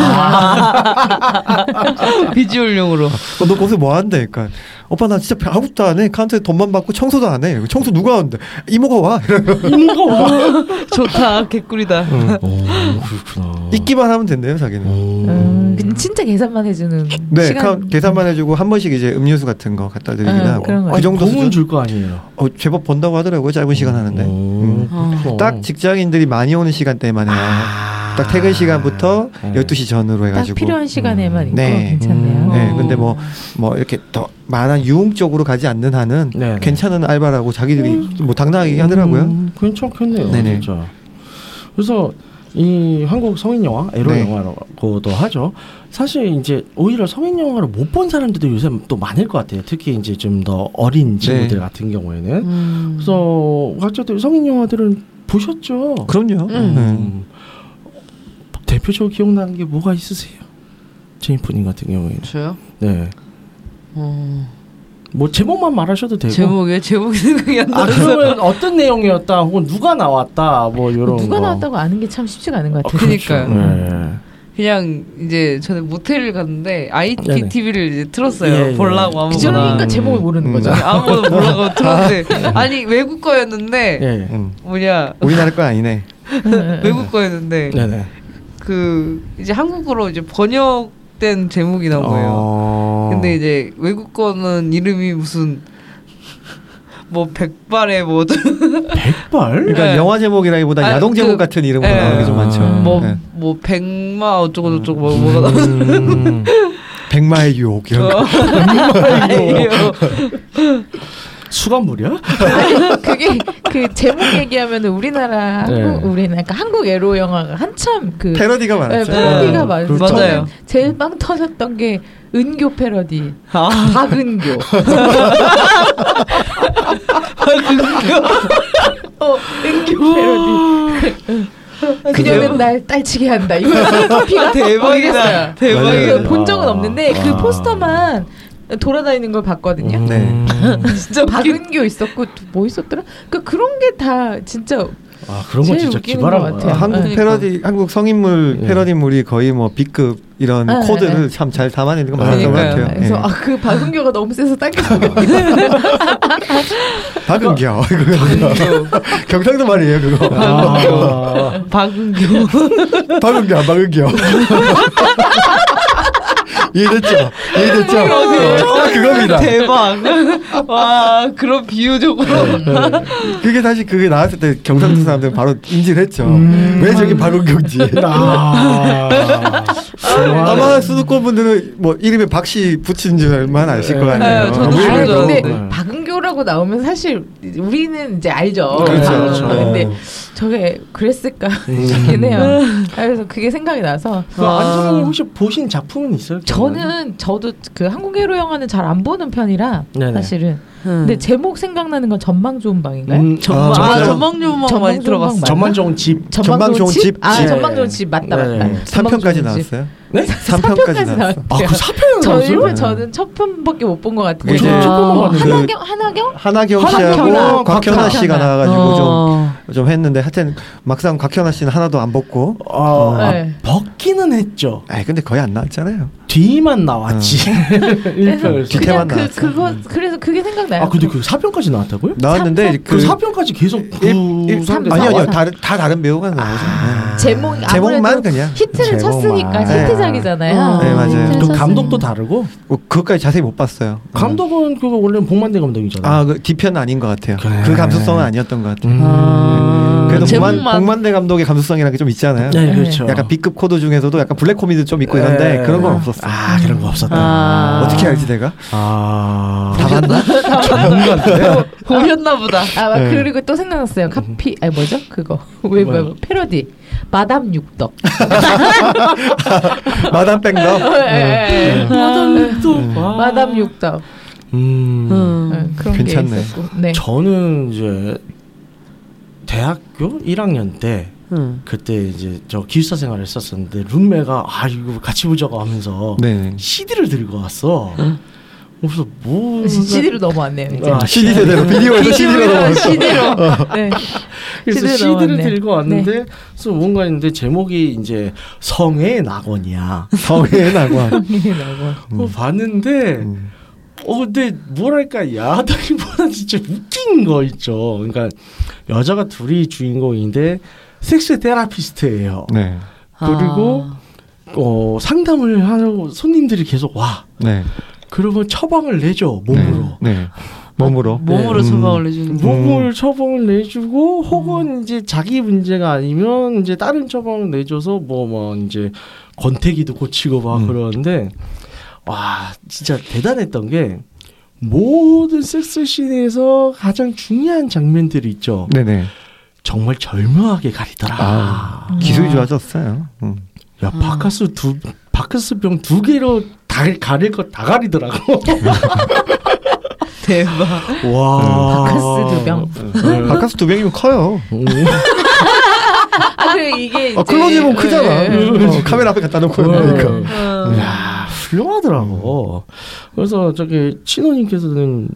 Speaker 3: 비주얼용으로.
Speaker 8: 어, 너 거기서 뭐 한대? 그러니까 오빠 나 진짜 아무것도 안 해. 카운터에 돈만 받고 청소도 안 해. 그러니까 청소 누가 하는데? 이모가 와. 이러고
Speaker 3: 좋다. 개꿀이다.
Speaker 2: 오, 그렇구나.
Speaker 8: 있기만 하면 된대요,
Speaker 2: 오.
Speaker 8: 자기는.
Speaker 4: 음, 그 진짜 계산만 해주는
Speaker 8: 네,
Speaker 4: 시간.
Speaker 8: 카- 계산만 해주고 한 번씩 이제 음료수 같은 거 갖다 드리기나
Speaker 4: 응,
Speaker 8: 하고.
Speaker 4: 그런 거. 어,
Speaker 8: 그 정도
Speaker 2: 공은
Speaker 8: 수준.
Speaker 2: 줄 거 아니에요.
Speaker 8: 어, 제법 번다고 하더라고요. 짧은 시간 하는데. 음.
Speaker 2: 그렇구나.
Speaker 8: 딱 직장인들이 많이 오는 시간대만 해요.
Speaker 2: 아.
Speaker 8: 딱 퇴근 시간부터
Speaker 2: 네.
Speaker 8: 12시 전으로
Speaker 4: 딱
Speaker 8: 해가지고.
Speaker 4: 필요한 시간에만 있고
Speaker 8: 네.
Speaker 4: 괜찮네요.
Speaker 8: 네, 근데 뭐, 뭐, 이렇게 더 많은 유흥적으로 가지 않는 한은
Speaker 2: 네, 네.
Speaker 8: 괜찮은 알바라고 자기들이
Speaker 4: 음.
Speaker 8: 뭐 당당하게 하더라고요.
Speaker 2: 음, 괜찮겠네요.
Speaker 8: 네네.
Speaker 2: 진짜. 그래서 이 한국 성인 영화, 에로
Speaker 8: 네.
Speaker 2: 영화라고도 하죠. 사실 이제 오히려 성인 영화를 못 본 사람들도 요새 또 많을 것 같아요. 특히 이제 좀 더 어린 친구들
Speaker 8: 네.
Speaker 2: 같은 경우에는.
Speaker 4: 음.
Speaker 3: 음.
Speaker 2: 그래서 각자들 성인 영화들은 보셨죠.
Speaker 8: 그럼요.
Speaker 2: 어,
Speaker 8: 음.
Speaker 2: 음. 대표적으로 기억나는 게 뭐가 있으세요? 제인프님 같은 경우에는.
Speaker 3: 저요?
Speaker 2: 네.
Speaker 3: 어.
Speaker 2: 뭐 제목만 말하셔도 되고.
Speaker 3: 제목에 제목이 생각이 안
Speaker 2: 아,
Speaker 3: 나.
Speaker 2: 그러면 어떤 내용이었다, 혹은 누가 나왔다, 뭐 이런
Speaker 4: 누가
Speaker 2: 거.
Speaker 4: 나왔다고 아는 게 참 쉽지가 않은 것
Speaker 2: 어,
Speaker 4: 같아요.
Speaker 8: 그러니까.
Speaker 3: 그니까요.
Speaker 2: 네.
Speaker 3: 그냥 이제 저는 모텔을 갔는데
Speaker 2: 네네.
Speaker 3: IPTV를 이제 틀었어요.
Speaker 2: 예, 예.
Speaker 3: 보려고 아무거나.
Speaker 4: 그러니까 제목을 모르는
Speaker 8: 음.
Speaker 4: 거죠.
Speaker 8: 아,
Speaker 3: 아무거나 보려고 틀었는데 아니 외국 거였는데
Speaker 2: 예.
Speaker 8: 음.
Speaker 3: 뭐냐
Speaker 8: 우리나라 건 아니네.
Speaker 3: 외국 거였는데
Speaker 2: 네네.
Speaker 3: 그 이제 한국어로 이제 번역된 제목이 나온 거예요.
Speaker 8: 어.
Speaker 3: 근데 이제 외국 거는 이름이 무슨 뭐 백발의
Speaker 2: 백발?
Speaker 8: 그러니까
Speaker 3: 네.
Speaker 8: 영화 제목이라기보다
Speaker 3: 아,
Speaker 8: 야동
Speaker 3: 그-
Speaker 8: 제목 같은 이름으로
Speaker 3: 네.
Speaker 8: 나오는 게 좀 많죠.
Speaker 2: 뭐-
Speaker 8: 네.
Speaker 3: 뭐뭐뭐 백마 어쩌고 저쩌고 뭐 뭐가 나오는
Speaker 2: 음.
Speaker 8: 백마의 유혹
Speaker 4: 어.
Speaker 8: 이런 거.
Speaker 3: 거예요.
Speaker 2: 수간물이야?
Speaker 4: 아니, 그게 그 제목 얘기하면 우리나라 한국
Speaker 2: 네.
Speaker 4: 우리나라 그러니까 한국 에로 영화가 한참 그
Speaker 8: 패러디가
Speaker 4: 네,
Speaker 8: 많았죠.
Speaker 4: 패러디가
Speaker 3: 네.
Speaker 4: 많아요.
Speaker 3: 그렇죠. 맞아요.
Speaker 4: 저는 제일 빵 터졌던 게 은교 패러디.
Speaker 3: 아,
Speaker 4: 박은교.
Speaker 3: 그거 아.
Speaker 4: 어, 은교 패러디. 그녀는 날 딸치게 한다. 이거 커피가
Speaker 3: 대박이다.
Speaker 4: 그
Speaker 3: 대박이다.
Speaker 2: 맞아요.
Speaker 4: 본 적은
Speaker 2: 아,
Speaker 4: 없는데 그
Speaker 2: 아.
Speaker 4: 포스터만 돌아다니는 걸 봤거든요.
Speaker 2: 음.
Speaker 8: 네.
Speaker 4: 진짜 박은규 있었고 또뭐 있었더라? 그러니까 그런 게 다 진짜
Speaker 2: 아 그런 건
Speaker 4: 제일
Speaker 2: 진짜
Speaker 4: 웃기는
Speaker 2: 기발한
Speaker 4: 것
Speaker 2: 거야.
Speaker 8: 아,
Speaker 4: 같아요.
Speaker 8: 한국
Speaker 4: 네.
Speaker 8: 패러디, 한국 성인물
Speaker 2: 예.
Speaker 8: 패러디물이 거의 뭐 B급 이런
Speaker 4: 네, 네.
Speaker 8: 코드를 참 잘 담아내는 거 많았던 것
Speaker 4: 그러니까요.
Speaker 8: 같아요. 예.
Speaker 4: 그래서 아, 그 박은규가 너무 세서 딴게생각이
Speaker 8: 박은교 이거 경상도 말이에요
Speaker 4: 아,
Speaker 8: 그거. 아,
Speaker 2: 아,
Speaker 3: 박은규.
Speaker 8: 박은교 안 박은교. 이해됐죠? 이해됐죠?
Speaker 4: 아,
Speaker 8: 어, 딱 그겁니다.
Speaker 4: 음.
Speaker 3: 대박. 아, 와 그런
Speaker 4: 네,
Speaker 3: 비유적으로.
Speaker 8: 그게 사실 그게 나왔을 때 경상도 사람들은 바로 인지를 했죠.
Speaker 4: 음.
Speaker 8: 왜 저게 박은교인지.
Speaker 2: 아.
Speaker 8: 아마 수도권 분들은 뭐 이름에 박씨 붙인 줄만 아실 거
Speaker 4: 나요.
Speaker 8: 아니에요.
Speaker 4: 네. 저도
Speaker 8: 아무
Speaker 4: 아니,
Speaker 8: 이름에도.
Speaker 4: 근데
Speaker 2: 네.
Speaker 4: 박은규라고 나오면 사실 우리는 이제 알죠. 음.
Speaker 8: 그렇죠.
Speaker 4: 아,
Speaker 8: 그렇죠.
Speaker 4: 근데 저게 그랬을까 싶긴 해요. 아, 그래서 그게 생각이 나서
Speaker 2: 그 안성님 혹시 보신 작품은 있어요?
Speaker 4: 저는 저도 그 한국 해로 영화는 잘 안 보는 편이라
Speaker 2: 네네.
Speaker 4: 사실은
Speaker 3: 음.
Speaker 4: 근데 제목 생각나는 건 전망 좋은 방인가요?
Speaker 2: 음,
Speaker 8: 아,
Speaker 2: 전망
Speaker 8: 맞아요.
Speaker 3: 아 전망 유망 많이
Speaker 4: 전망
Speaker 3: 들어봤어.
Speaker 4: 맞나?
Speaker 2: 전만 좋은 집.
Speaker 8: 전망 좋은 집?
Speaker 4: 아
Speaker 2: 집.
Speaker 4: 전망 좋은 집 맞다
Speaker 2: 네.
Speaker 4: 맞다. 전망
Speaker 8: 3편까지
Speaker 4: 좋은 집.
Speaker 8: 나왔어요?
Speaker 2: 네?
Speaker 8: 3편까지 나왔어.
Speaker 2: 아, 그 사편이
Speaker 4: 저 일본
Speaker 2: 나왔어요?
Speaker 4: 저는 첫 편밖에 못 본 것 같은데.
Speaker 8: 이제
Speaker 4: 뭐
Speaker 8: 그-
Speaker 4: 한화경 한화경?
Speaker 8: 하나경
Speaker 4: 하나경아,
Speaker 8: 씨하고 곽현아
Speaker 4: 곽현아.
Speaker 8: 씨가 나와가지고 좀
Speaker 3: 어.
Speaker 8: 좀 했는데 하여튼 막상 곽현아 씨는 하나도 안 벗고
Speaker 2: 어, 아,
Speaker 4: 네.
Speaker 2: 벗기는 했죠.
Speaker 8: 아 근데 거의 안 나왔잖아요.
Speaker 2: 뒤만 나왔지. 일편에서.
Speaker 4: 음. 그냥
Speaker 8: 뒤태만
Speaker 4: 그
Speaker 8: 나왔어.
Speaker 4: 그거 그래서 그게 생각나요.
Speaker 2: 아, 근데 그 사편까지 나왔다고요?
Speaker 8: 나왔는데
Speaker 2: 그
Speaker 8: 그,
Speaker 2: 사편까지 계속 그
Speaker 8: 일- 일-
Speaker 2: 사람들
Speaker 8: 아니 아니요
Speaker 2: 나와서-
Speaker 8: 다른 다 다른 배우가 나오죠.
Speaker 4: 아, 제목
Speaker 8: 네. 제목만 그냥
Speaker 4: 히트를
Speaker 2: 제목만.
Speaker 4: 쳤으니까
Speaker 2: 네.
Speaker 4: 히트작이잖아요.
Speaker 8: 네, 맞아요.
Speaker 4: 히트를
Speaker 2: 음, 또
Speaker 4: 쳤으니까.
Speaker 2: 감독도 다르고
Speaker 8: 어, 그것까지 자세히 못 봤어요. 네.
Speaker 2: 감독은 그거 원래 는 복만대 감독이잖아.
Speaker 8: 아그 뒤편은 아닌 것 같아요.
Speaker 2: 그래.
Speaker 8: 그 감수성은 아니었던 것 같아요.
Speaker 2: 음.
Speaker 3: 아,
Speaker 8: 그래도
Speaker 3: 제목만
Speaker 8: 공만, 공만대 감독의 감수성이라는 게 좀 있잖아요.
Speaker 2: 네, 그렇죠.
Speaker 8: 약간 B급 코드 중에서도 약간 블랙 코미디 좀 있고 이런데
Speaker 2: 네.
Speaker 8: 그런 건 없었어. 요
Speaker 2: 아, 그런 거 없었다.
Speaker 3: 아.
Speaker 8: 어떻게 알지 내가?
Speaker 2: 아. 음.
Speaker 8: 다 봤나?
Speaker 3: 보셨나 보다.
Speaker 4: 아 막
Speaker 8: 네.
Speaker 4: 그리고 또 생각났어요. 카피 아니 뭐죠 그거
Speaker 2: 뭐야?
Speaker 4: 왜 뭐야 뭐, 패러디 마담 육덕.
Speaker 8: 마담 뺑덕.
Speaker 4: 네.
Speaker 8: 네.
Speaker 4: 마담 육덕. 마담 육덕.
Speaker 2: 음.
Speaker 4: 네,
Speaker 3: 음.
Speaker 4: 그런 게
Speaker 8: 괜찮네.
Speaker 4: 있었고. 네.
Speaker 2: 저는 이제 대학교 1학년 때
Speaker 3: 음.
Speaker 2: 그때 이제 저 기숙사 생활을 했었었는데 룸메가 아 이거 같이 보자고 하면서
Speaker 8: 네.
Speaker 2: CD를 들고 왔어. 그래서 뭐
Speaker 4: CD로 넘어왔네요. 이제.
Speaker 2: 아,
Speaker 8: CD 세대로 비디오에서 CD로 넘어갔어.
Speaker 4: 네.
Speaker 2: 그래서
Speaker 4: CD를
Speaker 2: CD를
Speaker 4: 넘어왔네.
Speaker 2: 들고 왔는데 그래서 뭔가 있는데 제목이 이제 성의 낙원이야.
Speaker 8: 성의 낙원.
Speaker 2: 그거 봤는데
Speaker 8: 음.
Speaker 2: 어 근데 뭐랄까 야하다기보다 진짜 웃긴 거 있죠. 그러니까 여자가 둘이 주인공인데 섹스 테라피스트예요.
Speaker 8: 네.
Speaker 4: 아.
Speaker 2: 그리고 어 상담을 하고 손님들이 계속 와.
Speaker 8: 네.
Speaker 2: 그러면 처방을 내죠 몸으로.
Speaker 8: 네. 네. 몸으로.
Speaker 3: 몸으로
Speaker 8: 네.
Speaker 3: 처방을 해주는. 거.
Speaker 2: 몸을 처방을 내주고 혹은
Speaker 8: 음.
Speaker 2: 이제 자기 문제가 아니면 이제 다른 처방을 내줘서 뭐 뭐 이제 권태기도 고치고 막
Speaker 8: 음.
Speaker 2: 그러는데 와 진짜 대단했던 게 모든 섹스 씬에서 가장 중요한 장면들이 있죠.
Speaker 8: 네네.
Speaker 2: 정말 절묘하게 가리더라.
Speaker 8: 아. 기술이 좋아졌어요. 음.
Speaker 2: 야 바카스 두 바카스 병 두 개로 다 가릴 거 다 가리더라고.
Speaker 3: 대박.
Speaker 2: 와.
Speaker 4: 바카스 두 병.
Speaker 2: 음. 네.
Speaker 8: 바카스 두 명이면 커요.
Speaker 4: 아 그래 이게 이제
Speaker 8: 아, 클로즈 보면 크잖아.
Speaker 4: 네.
Speaker 8: 어, 카메라 앞에 갖다 놓고 그러니까.
Speaker 2: 음. 네.
Speaker 4: 음.
Speaker 2: 야 훌륭하더라고. 그래서 저기 친호님께서는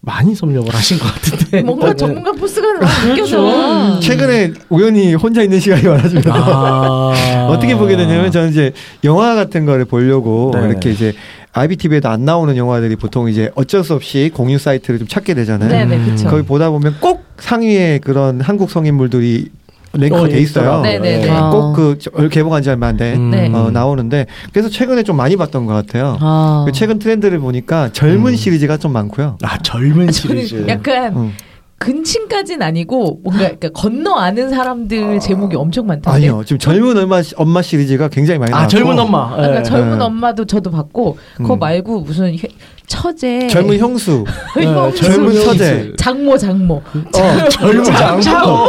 Speaker 2: 많이 섭렵을 하신 것
Speaker 8: 네.
Speaker 2: 같은데.
Speaker 4: 뭔가 전문가 포스가 너무
Speaker 8: 그렇죠.
Speaker 4: 느껴져.
Speaker 8: 최근에 우연히 혼자 있는 시간이 많아지면서
Speaker 2: 아.
Speaker 8: 어떻게 보게 되냐면 저는 이제 영화 같은 거를 보려고
Speaker 2: 네.
Speaker 8: 이렇게 이제 IBTV에도 안 나오는 영화들이 보통 이제 어쩔 수 없이 공유 사이트를 좀 찾게 되잖아요.
Speaker 4: 네네 그렇죠.
Speaker 8: 음, 거기 보다 보면 꼭 상위에 그런 한국 성인물들이 랭크가
Speaker 2: 어,
Speaker 8: 돼 있어요.
Speaker 2: 있더라고요.
Speaker 4: 네네네.
Speaker 2: 예.
Speaker 3: 아.
Speaker 8: 꼭 그 개봉한 지 얼마 안 돼.
Speaker 2: 음.
Speaker 4: 네.
Speaker 8: 어, 나오는데 그래서 최근에 좀 많이 봤던 것 같아요.
Speaker 3: 아.
Speaker 4: 어.
Speaker 8: 그 최근 트렌드를 보니까 젊은
Speaker 2: 음.
Speaker 8: 시리즈가 좀 많고요.
Speaker 2: 아 젊은 시리즈.
Speaker 4: 저는 약간
Speaker 8: 음.
Speaker 4: 근친까진 아니고 뭔가 그러니까 건너 아는 사람들 제목이 엄청 많던데.
Speaker 8: 네. 아니요, 지금 젊은 엄마 시- 엄마 시리즈가 굉장히 많이 나왔고
Speaker 2: 네. 아 젊은 엄마.
Speaker 4: 아, 그러니까
Speaker 2: 예.
Speaker 4: 젊은
Speaker 8: 네.
Speaker 4: 엄마도 저도 봤고 그거
Speaker 8: 음.
Speaker 4: 말고 무슨 혀- 처제
Speaker 8: 네. 젊은 형수,
Speaker 2: 예,
Speaker 4: 이거
Speaker 8: 젊은
Speaker 2: 시리즈.
Speaker 8: 처제.
Speaker 4: 장모 장모
Speaker 8: 어,
Speaker 2: 젊은 장모.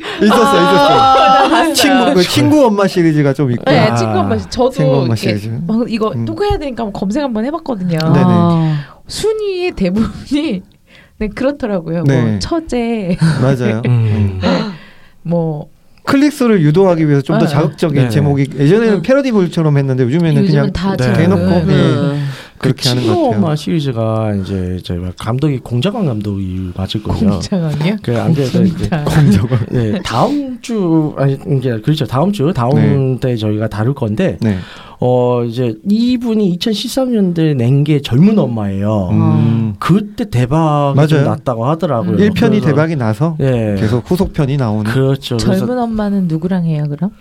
Speaker 2: 아,
Speaker 8: 있었어, 있었어. 친구, 그 친구 엄마 시리즈가 좀 있고.
Speaker 4: 네,
Speaker 8: 아.
Speaker 4: 친구 엄마 씨. 저도
Speaker 8: 친구
Speaker 4: 이게
Speaker 8: 엄마 시리즈.
Speaker 4: 막 이거
Speaker 8: 음.
Speaker 4: 토크해야 되니까 한번 검색 한번 해봤거든요
Speaker 8: 네네.
Speaker 3: 아.
Speaker 4: 순위의 대부분이 네 그렇더라고요
Speaker 8: 네.
Speaker 2: 예.
Speaker 4: 뭐 처제
Speaker 8: 음. 맞아요.
Speaker 2: 음.
Speaker 4: 뭐
Speaker 8: 클릭수를 유도하기 위해서 좀 더
Speaker 4: 네.
Speaker 8: 자극적인
Speaker 2: 네.
Speaker 8: 제목이 예전에는 패러디볼처럼 했는데 요즘에는 그냥
Speaker 4: 요즘은 다
Speaker 2: 네.
Speaker 4: 참-
Speaker 8: 대놓고
Speaker 4: 네.
Speaker 8: 예, 그렇게 하는 것 같아요.
Speaker 2: 치노마 시리즈가 이제 저희 막 감독이 공자관 감독이 맞을 거예요.
Speaker 4: 공장하냐?
Speaker 2: 그안 돼도 이제
Speaker 8: 공정을.
Speaker 2: 네, 다음 주 아니 이제 그렇죠. 다음 주 다음 때 저희가 다룰 건데
Speaker 8: 네.
Speaker 2: 어 이제 이분이 2013년도에 낸 게 젊은 엄마예요.
Speaker 4: 아.
Speaker 8: 음.
Speaker 2: 그때 대박이 좀
Speaker 8: 맞아요.
Speaker 2: 났다고 하더라고요.
Speaker 8: 일편이
Speaker 2: 음. 그래서-
Speaker 8: 대박이 나서
Speaker 2: 예.
Speaker 8: 계속 후속편이 나오는
Speaker 2: 그렇죠. 그래서
Speaker 4: 젊은 엄마는 누구랑 해요 그럼?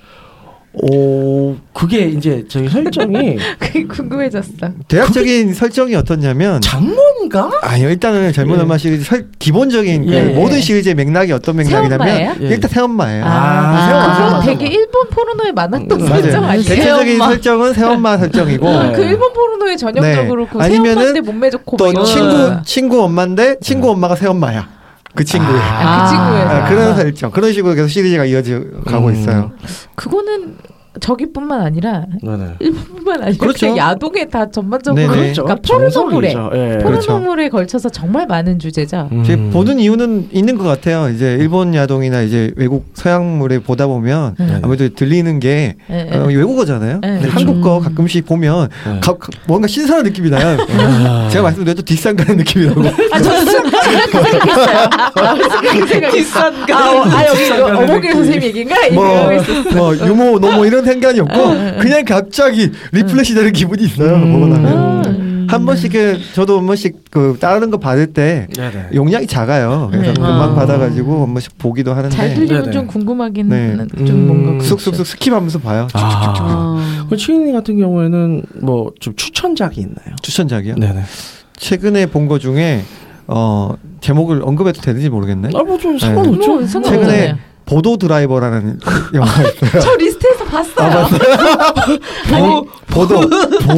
Speaker 2: 오 그게 이제 저희
Speaker 8: 음.
Speaker 2: 설정이
Speaker 4: 그게 궁금해졌어.
Speaker 8: 네. 대략적인 설정이 어떻냐면
Speaker 2: 장모인가?
Speaker 8: 아니요 일단은 젊은
Speaker 2: 예.
Speaker 8: 엄마 시리즈 설, 기본적인 그
Speaker 2: 예.
Speaker 8: 모든 시리즈의 맥락이 어떤 맥락이냐면
Speaker 2: 새엄마예요?
Speaker 8: 일단 새엄마예요.
Speaker 2: 아, 새엄마,
Speaker 4: 그거
Speaker 2: 새엄마,
Speaker 4: 되게
Speaker 2: 새엄마.
Speaker 4: 일본 포르노에 많았던
Speaker 2: 음,
Speaker 4: 설정
Speaker 8: 맞아요.
Speaker 4: 아니에요?
Speaker 8: 대체적인
Speaker 4: 새엄마.
Speaker 8: 설정은 새엄마 설정이고
Speaker 2: 네.
Speaker 4: 그 일본 포르노의 전형적으로
Speaker 8: 네.
Speaker 4: 그
Speaker 8: 아니면은
Speaker 4: 새엄마인데 몸매 좋고 막
Speaker 8: 또
Speaker 4: 이런
Speaker 8: 친구 친구 엄마인데 친구
Speaker 2: 네.
Speaker 8: 엄마가 새엄마야. 그 친구예요.
Speaker 4: 아, 그 친구예요.
Speaker 8: 아, 그런 설정 그런 식으로 계속 시리즈가 이어지고
Speaker 2: 음.
Speaker 8: 있어요.
Speaker 4: 그거는 저기뿐만 아니라
Speaker 2: 네네.
Speaker 4: 일본뿐만 아니라
Speaker 8: 그렇죠.
Speaker 4: 그냥 야동에 다 전반적으로
Speaker 8: 네네.
Speaker 4: 그러니까 포르노물에
Speaker 2: 그렇죠. 정성이죠. 예.
Speaker 4: 네.
Speaker 8: 그렇죠.
Speaker 4: 포르노물에 걸쳐서 정말 많은 주제죠.
Speaker 2: 음.
Speaker 8: 제 보는 이유는 있는 것 같아요. 이제
Speaker 4: 음.
Speaker 8: 일본 야동이나 이제 외국 서양물에 보다 보면
Speaker 4: 네.
Speaker 8: 아무래도 들리는 게
Speaker 4: 예, 예.
Speaker 8: 어, 외국어잖아요.
Speaker 4: 네.
Speaker 8: 근데
Speaker 4: 그렇죠.
Speaker 8: 한국 거 가끔씩 보면
Speaker 2: 네.
Speaker 8: 가- 가- 뭔가 신선한 느낌이 나요.
Speaker 2: 아.
Speaker 8: 제가 말씀드렸죠 뒷산 가는 느낌이라고.
Speaker 4: 네, 아, 어, 아 여기 어머길 선생님 얘기인가?
Speaker 8: 뭐,
Speaker 4: 이거 있었어.
Speaker 8: 뭐 유머, 노모 이런 생각이
Speaker 4: 아,
Speaker 8: 없고 그냥 갑자기
Speaker 4: 음.
Speaker 8: 리플레시 되는 기분이 있어요. 보고 나면 한 번씩 그, 저도 한 번씩 그 다른 거 받을 때
Speaker 2: 네네.
Speaker 8: 용량이 작아요.
Speaker 4: 네.
Speaker 8: 그래서
Speaker 2: 아.
Speaker 8: 음악 받아가지고 한 번씩 보기도
Speaker 4: 잘
Speaker 8: 하는데
Speaker 4: 들리면
Speaker 2: 네네.
Speaker 4: 좀 궁금하긴
Speaker 8: 네.
Speaker 4: 좀
Speaker 2: 음.
Speaker 4: 뭔가 그렇죠.
Speaker 8: 쑥쑥쑥 스킵하면서 봐요.
Speaker 2: 아. 그 치은이 같은 경우에는 뭐 좀 추천작이 있나요?
Speaker 8: 추천작이요.
Speaker 2: 네네.
Speaker 8: 최근에 본 거 중에 어 제목을 언급해도 되는지 모르겠네.
Speaker 2: 아뭐좀 상관없죠.
Speaker 4: 뭐
Speaker 8: 최근에
Speaker 4: 상관없잖아요.
Speaker 8: 보도 드라이버라는 영화 있어요.
Speaker 4: 저 리스트에서
Speaker 8: 아,
Speaker 4: 봤어요.
Speaker 8: 보, 보도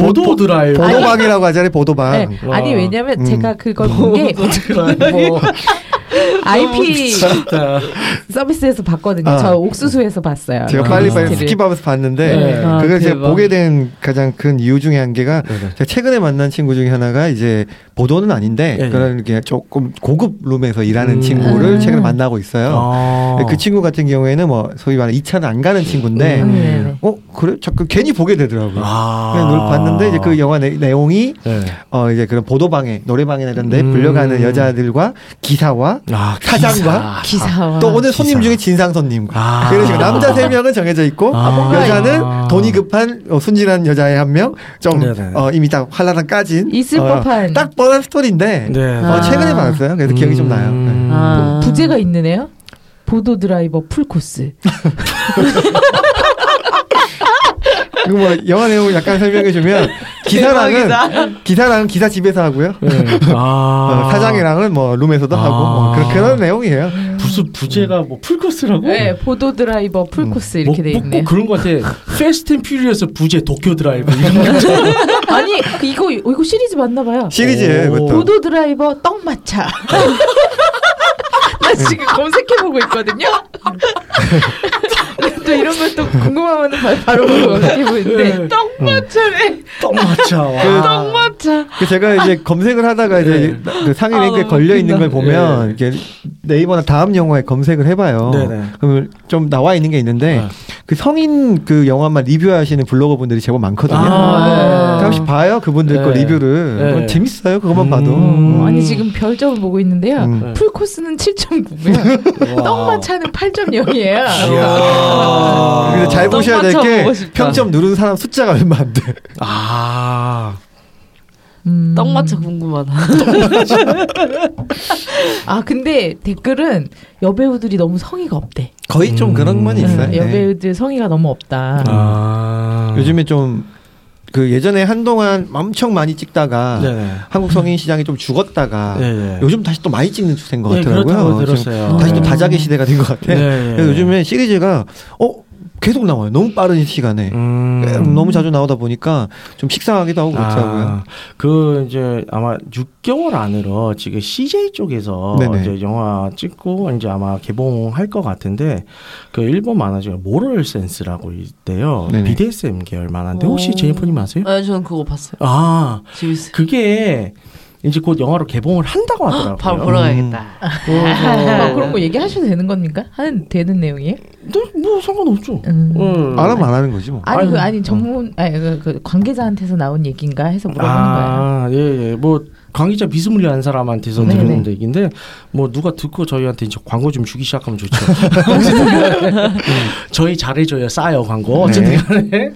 Speaker 2: 보도 드라이브.
Speaker 8: 보도방이라고 하잖아요. 보도방.
Speaker 4: 네. 아니
Speaker 2: 와.
Speaker 4: 왜냐면
Speaker 8: 음. 뭐,
Speaker 4: 제가 그걸 본게 뭐
Speaker 2: 드라이브.
Speaker 4: IP
Speaker 2: 진짜.
Speaker 4: 서비스에서 봤거든요.
Speaker 8: 아.
Speaker 4: 저 옥수수에서 봤어요. 음.
Speaker 8: 제가
Speaker 2: 아,
Speaker 8: 빨리빨리
Speaker 4: 리스트를.
Speaker 8: 스킵하면서 봤는데
Speaker 2: 네.
Speaker 4: 아,
Speaker 8: 그걸 제가
Speaker 4: 대박.
Speaker 8: 보게 된 가장 큰 이유 중에 한 개가
Speaker 2: 네네.
Speaker 8: 제가 최근에 만난 친구 중에 하나가 이제 보도는 아닌데
Speaker 2: 예, 예.
Speaker 8: 그런 이렇게 조금 고급 룸에서 일하는
Speaker 2: 음.
Speaker 8: 친구를
Speaker 4: 음.
Speaker 8: 최근에 만나고 있어요.
Speaker 2: 아.
Speaker 8: 그 친구 같은 경우에는 뭐 소위 말하는 2차는 안 가는 친구인데
Speaker 4: 음, 네네.
Speaker 8: 어 그래 자꾸 괜히 보게 되더라고요.
Speaker 2: 아.
Speaker 8: 그냥 놀 봤는데 이제 그 영화 내, 내용이
Speaker 2: 네.
Speaker 8: 어 이제 그런 보도방에 노래방이나 이런 데
Speaker 2: 음.
Speaker 8: 불려가는 여자들과 기사와
Speaker 2: 아,
Speaker 8: 사장과 아,
Speaker 4: 기사와
Speaker 8: 또 오늘 손님
Speaker 2: 기사.
Speaker 8: 중에 진상 손님과
Speaker 2: 아.
Speaker 8: 그런 식으로 남자 세 명은 정해져 있고
Speaker 2: 아. 뭔가
Speaker 8: 여자는
Speaker 2: 이-
Speaker 8: 돈이 급한 어, 순진한 여자의 한명좀
Speaker 2: 네네네.
Speaker 8: 어, 이미 딱 환란한 까진
Speaker 4: 있을
Speaker 8: 어,
Speaker 4: 법한. 아.
Speaker 8: 딱 뻔한 스토리인데
Speaker 2: 네. 음.
Speaker 8: 어, 최근에 봤어요. 그래서 기억이 좀 나요. 네.
Speaker 4: 음. 부- 부제가 있는데요. 보도 드라이버 풀 코스.
Speaker 8: 그리고 뭐 영화 내용 을 약간 설명해 주면 기사랑은 기사랑은 기사 집에서 하고요. 어,
Speaker 2: 아.
Speaker 8: 사장이랑은 뭐 룸에서도 하고 뭐
Speaker 2: 아.
Speaker 8: 그런, 그런 내용이에요.
Speaker 2: 무슨 부제가 뭐 풀코스라고?
Speaker 8: 어?
Speaker 4: 네, 보도 드라이버 풀
Speaker 8: 음.
Speaker 4: 코스
Speaker 2: 뭐,
Speaker 4: 이렇게 돼
Speaker 2: 뭐, 꼭
Speaker 4: 있네요.
Speaker 2: 그런 것 같아. 패스트 앤 퓨리어스 부제 도쿄 드라이브 이런 거.
Speaker 4: 아니 그 이거 이거 시리즈 맞나 봐요.
Speaker 8: 시리즈예요.
Speaker 2: 오.
Speaker 8: 이것도.
Speaker 4: 보도 드라이버 떡마차. 나 지금 검색해 보고 있거든요. 네, 또 이런 것도 궁금하면 바로 검색해 보는데
Speaker 2: 네.
Speaker 4: 떡마차래.
Speaker 2: 떡 맞춰.
Speaker 8: 그-
Speaker 2: 와.
Speaker 4: 떡마차.
Speaker 8: 그 제가 이제 검색을 하다가
Speaker 2: 네.
Speaker 8: 이제 그 상위 랭크에 걸려 있는 걸
Speaker 2: 예.
Speaker 8: 보면 이렇게 네이버나 다음 영화에 검색을 해봐요.
Speaker 2: 네네.
Speaker 8: 그러면 좀 나와 있는 게 있는데
Speaker 2: 네.
Speaker 8: 그 성인 그 영화만 리뷰하시는 블로거 분들이 제법 많거든요.
Speaker 4: 네.
Speaker 2: 아,
Speaker 8: 그러니까 혹시 봐요 그분들 거
Speaker 2: 네.
Speaker 8: 리뷰를
Speaker 2: 네.
Speaker 8: 어, 재밌어요 그것만
Speaker 2: 음.
Speaker 8: 봐도.
Speaker 2: 음.
Speaker 4: 아니 지금 별점을 보고 있는데요.
Speaker 8: 음.
Speaker 4: 풀 코스는 7.9고요. 떡마차는
Speaker 8: 음.
Speaker 4: 8.0이에요.
Speaker 2: 이야.
Speaker 8: 아. 그래서 잘 보셔야 될
Speaker 3: 떡마차
Speaker 8: 게
Speaker 3: 보고 싶다.
Speaker 8: 평점 누른 사람 숫자가 얼마 안 돼.
Speaker 2: 아.
Speaker 4: 음.
Speaker 3: 떡마차 궁금하다.
Speaker 4: 아 근데 댓글은 여배우들이 너무 성의가 없대.
Speaker 8: 거의 좀
Speaker 2: 음.
Speaker 8: 그런 건 있어요.
Speaker 4: 음,
Speaker 8: 네.
Speaker 4: 여배우들 성의가 너무 없다.
Speaker 2: 아.
Speaker 8: 음. 요즘에 좀 그 예전에 한동안 엄청 많이 찍다가
Speaker 2: 네네.
Speaker 8: 한국 성인 시장이 좀 죽었다가
Speaker 2: 네네.
Speaker 8: 아, 요즘 다시 또 많이 찍는 추세인 것
Speaker 2: 네,
Speaker 8: 같더라고요.
Speaker 2: 예, 그렇다고
Speaker 8: 지금
Speaker 2: 들었어요.
Speaker 8: 다시 또
Speaker 2: 네.
Speaker 8: 다자기 시대가 된 것 같아.
Speaker 2: 네, 네.
Speaker 8: 그래서 요즘에 시리즈가 어 계속 나와요. 너무 빠른 시간에
Speaker 2: 음.
Speaker 8: 너무 자주 나오다 보니까 좀 식상하기도 하고 그렇더라고요. 음.
Speaker 2: 아, 그 이제 아마 6개월 안으로 지금 CJ 쪽에서
Speaker 8: 네네.
Speaker 2: 이제 영화 찍고 이제 아마 개봉할 것 같은데 그 일본 만화죠 모럴 센스라고 있대요
Speaker 8: 네네.
Speaker 2: BDSM 계열 만화인데 혹시
Speaker 3: 오.
Speaker 2: 제니퍼님 아세요?
Speaker 3: 아, 저는 그거 봤어요.
Speaker 2: 아
Speaker 3: 재밌어요.
Speaker 2: 그게 이제 곧 영화로 개봉을 한다고 하더라고요.
Speaker 3: 아, 바로 보러 가야겠다.
Speaker 8: 어.
Speaker 4: 아,
Speaker 2: 그래서
Speaker 4: 그런
Speaker 8: 네.
Speaker 4: 거 얘기하셔도 되는 겁니까? 하는 되는 내용이에요?
Speaker 2: 네, 뭐 상관없죠.
Speaker 4: 음.
Speaker 2: 음.
Speaker 8: 안 하면 안 하는 거지 뭐.
Speaker 4: 아니 그 아니 전문 아니 그, 그 관계자한테서 나온 얘기인가 해서 물어보는 거예요.
Speaker 2: 아, 예, 예. 뭐 관계자 비스무리한 사람한테서
Speaker 4: 네네.
Speaker 2: 들은 얘기인데 뭐 누가 듣고 저희한테 이제 광고 좀 주기 시작하면 좋죠. 음, 저희 잘해줘요, 싸요
Speaker 4: 네.
Speaker 2: 광고. 어쨌든 간에.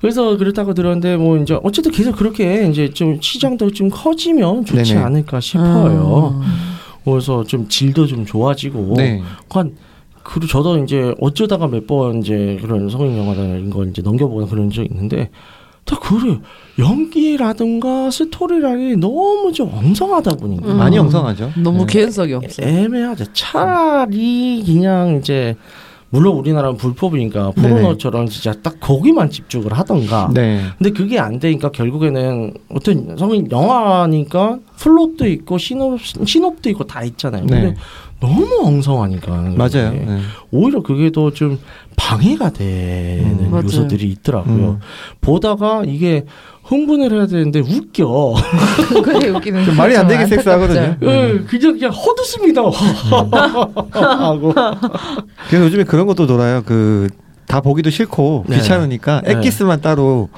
Speaker 2: 그래서 그렇다고 들었는데 뭐 이제 어쨌든 계속 그렇게 이제 좀 시장도 좀 커지면 좋지
Speaker 8: 네네.
Speaker 2: 않을까 싶어요.
Speaker 4: 음.
Speaker 2: 그래서 좀 질도 좀 좋아지고
Speaker 8: 네.
Speaker 2: 한 그리고 저도 이제 어쩌다가 몇 번 이제 그런 성인 영화라는 걸 이제 넘겨보는 그런 적 있는데 다 그래 연기라든가 스토리라는 게 너무 좀 엉성하다 보니까
Speaker 8: 음. 많이 영상하죠. 네.
Speaker 3: 너무 개연성이 없어.
Speaker 2: 애매하죠. 차라리 그냥 이제 물론 우리나라는 불법이니까 포르노처럼 진짜 딱 거기만 집중을 하던가
Speaker 8: 네.
Speaker 2: 근데 그게 안 되니까 결국에는 어떤 성인 영화니까 플롯도 있고 신업 신업도 있고 다 있잖아요. 근데
Speaker 8: 네.
Speaker 2: 너무 엉성하니까
Speaker 8: 맞아요.
Speaker 2: 그게.
Speaker 8: 네.
Speaker 2: 오히려 그게 더 좀 방해가 되는
Speaker 3: 맞아요.
Speaker 2: 요소들이 있더라고요.
Speaker 8: 음.
Speaker 2: 보다가 이게 흥분을 해야 되는데 웃겨.
Speaker 8: 음.
Speaker 4: 그게 웃기는
Speaker 8: 좀 말이 안 되게
Speaker 4: 거죠.
Speaker 8: 섹스하거든요.
Speaker 4: 안타깝죠.
Speaker 2: 예, 그냥 그냥 헛웃습니다.
Speaker 8: 음.
Speaker 2: 하고
Speaker 8: 그래서 요즘에 그런 것도 놀아요. 그 다 보기도 싫고
Speaker 2: 네.
Speaker 8: 귀찮으니까
Speaker 2: 네.
Speaker 8: 액기스만 따로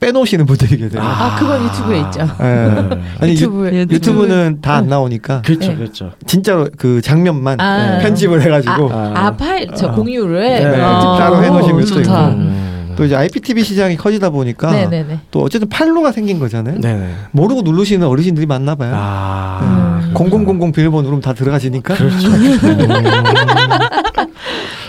Speaker 8: 빼놓으시는 분들이 계세요.
Speaker 4: 아 그건 유튜브에 있죠.
Speaker 8: 예. 아니 유,
Speaker 4: 유튜브에
Speaker 8: 유튜브는 다 안 나오니까
Speaker 2: 그렇죠,
Speaker 4: 네.
Speaker 2: 그렇죠.
Speaker 8: 진짜로 그 장면만
Speaker 4: 아.
Speaker 8: 편집을 해가지고
Speaker 4: 아, 아 파일 저 공유를
Speaker 2: 네.
Speaker 4: 어,
Speaker 8: 뭐. 아. 따로 해놓으신 것도
Speaker 4: 좋다.
Speaker 8: 있고.
Speaker 2: 음.
Speaker 8: 또 이제 IPTV 시장이 커지다
Speaker 4: 아.
Speaker 8: 보니까
Speaker 4: 네네네.
Speaker 8: 또 어쨌든 팔로가 생긴 거잖아요.
Speaker 2: 네네.
Speaker 8: 모르고 누르시는 어르신들이 많나 봐요.
Speaker 2: 아,
Speaker 4: 음.
Speaker 2: 그렇구나.
Speaker 8: 0000 비밀번호 누르면 다 들어가시니까.
Speaker 2: 그렇죠.
Speaker 8: 네,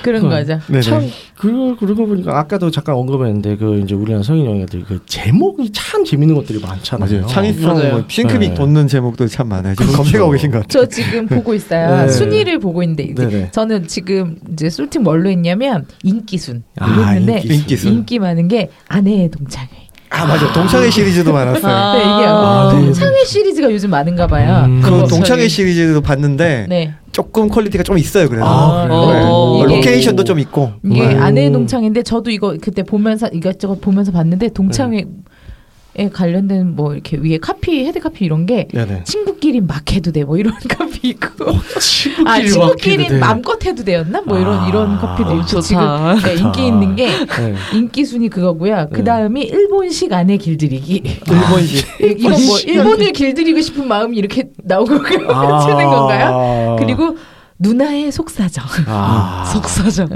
Speaker 4: 그런
Speaker 8: 어.
Speaker 2: 그-
Speaker 4: 거죠.
Speaker 8: 네네.
Speaker 2: 참 그, 그러고 보니까 아까도 잠깐 언급했는데 그 이제 우리나라 성인 영화들 그 제목이 참 재밌는 것들이 많잖아요.
Speaker 8: 맞아요. 창의성 뭐 싱크빅
Speaker 2: 네.
Speaker 8: 돋는 제목도 참 많아요. 지금
Speaker 2: 그렇죠.
Speaker 8: 검색하고 계신 것 같아요.
Speaker 4: 저 지금 보고 있어요.
Speaker 2: 네.
Speaker 4: 순위를 보고 있는데 이제
Speaker 2: 네네.
Speaker 4: 저는 지금 이제 솔팅 뭘로 했냐면 인기순
Speaker 2: 아,
Speaker 4: 했는데
Speaker 2: 인기.
Speaker 8: 인기수.
Speaker 4: 인기 많은 게 아내의 동창회.
Speaker 8: 아 맞아. 동창회 시리즈도 많았어요.
Speaker 4: 네, 이게
Speaker 2: 아, 네.
Speaker 4: 동창회 시리즈가 요즘 많은가 봐요.
Speaker 2: 음.
Speaker 8: 그
Speaker 4: 그거
Speaker 8: 동창회 시리즈도 봤는데
Speaker 4: 네.
Speaker 8: 조금 퀄리티가 좀 있어요. 그래서
Speaker 2: 아,
Speaker 8: 네.
Speaker 3: 어,
Speaker 4: 이게-
Speaker 8: 로케이션도 좀 있고.
Speaker 4: 이게
Speaker 2: 음.
Speaker 4: 아내의 동창인데 저도 이거 그때 보면서 이것저것 보면서 봤는데 동창회에
Speaker 2: 네.
Speaker 4: 관련된 뭐 이렇게 위에 카피 헤드 카피 이런 게
Speaker 2: 네네. 어,
Speaker 4: 친구끼리 막 해도 돼 뭐 이런 카피 있고
Speaker 2: 친구끼리
Speaker 4: 아
Speaker 2: 막히는데.
Speaker 4: 친구끼리 마음껏 해도 되었나 뭐 이런
Speaker 2: 아.
Speaker 4: 이런 커피도 있고
Speaker 3: 좋다.
Speaker 4: 지금 네, 인기 있는 게
Speaker 2: 네.
Speaker 4: 인기 순위 그거고요. 그 다음이 일본식 아내 길들이기.
Speaker 8: 일본식.
Speaker 4: 이건 뭐 일본을 길들이고 싶은 마음이 이렇게 나오고 그러는
Speaker 2: 아.
Speaker 4: 건가요? 그리고 누나의 속사정,
Speaker 2: 아.
Speaker 4: 속사정,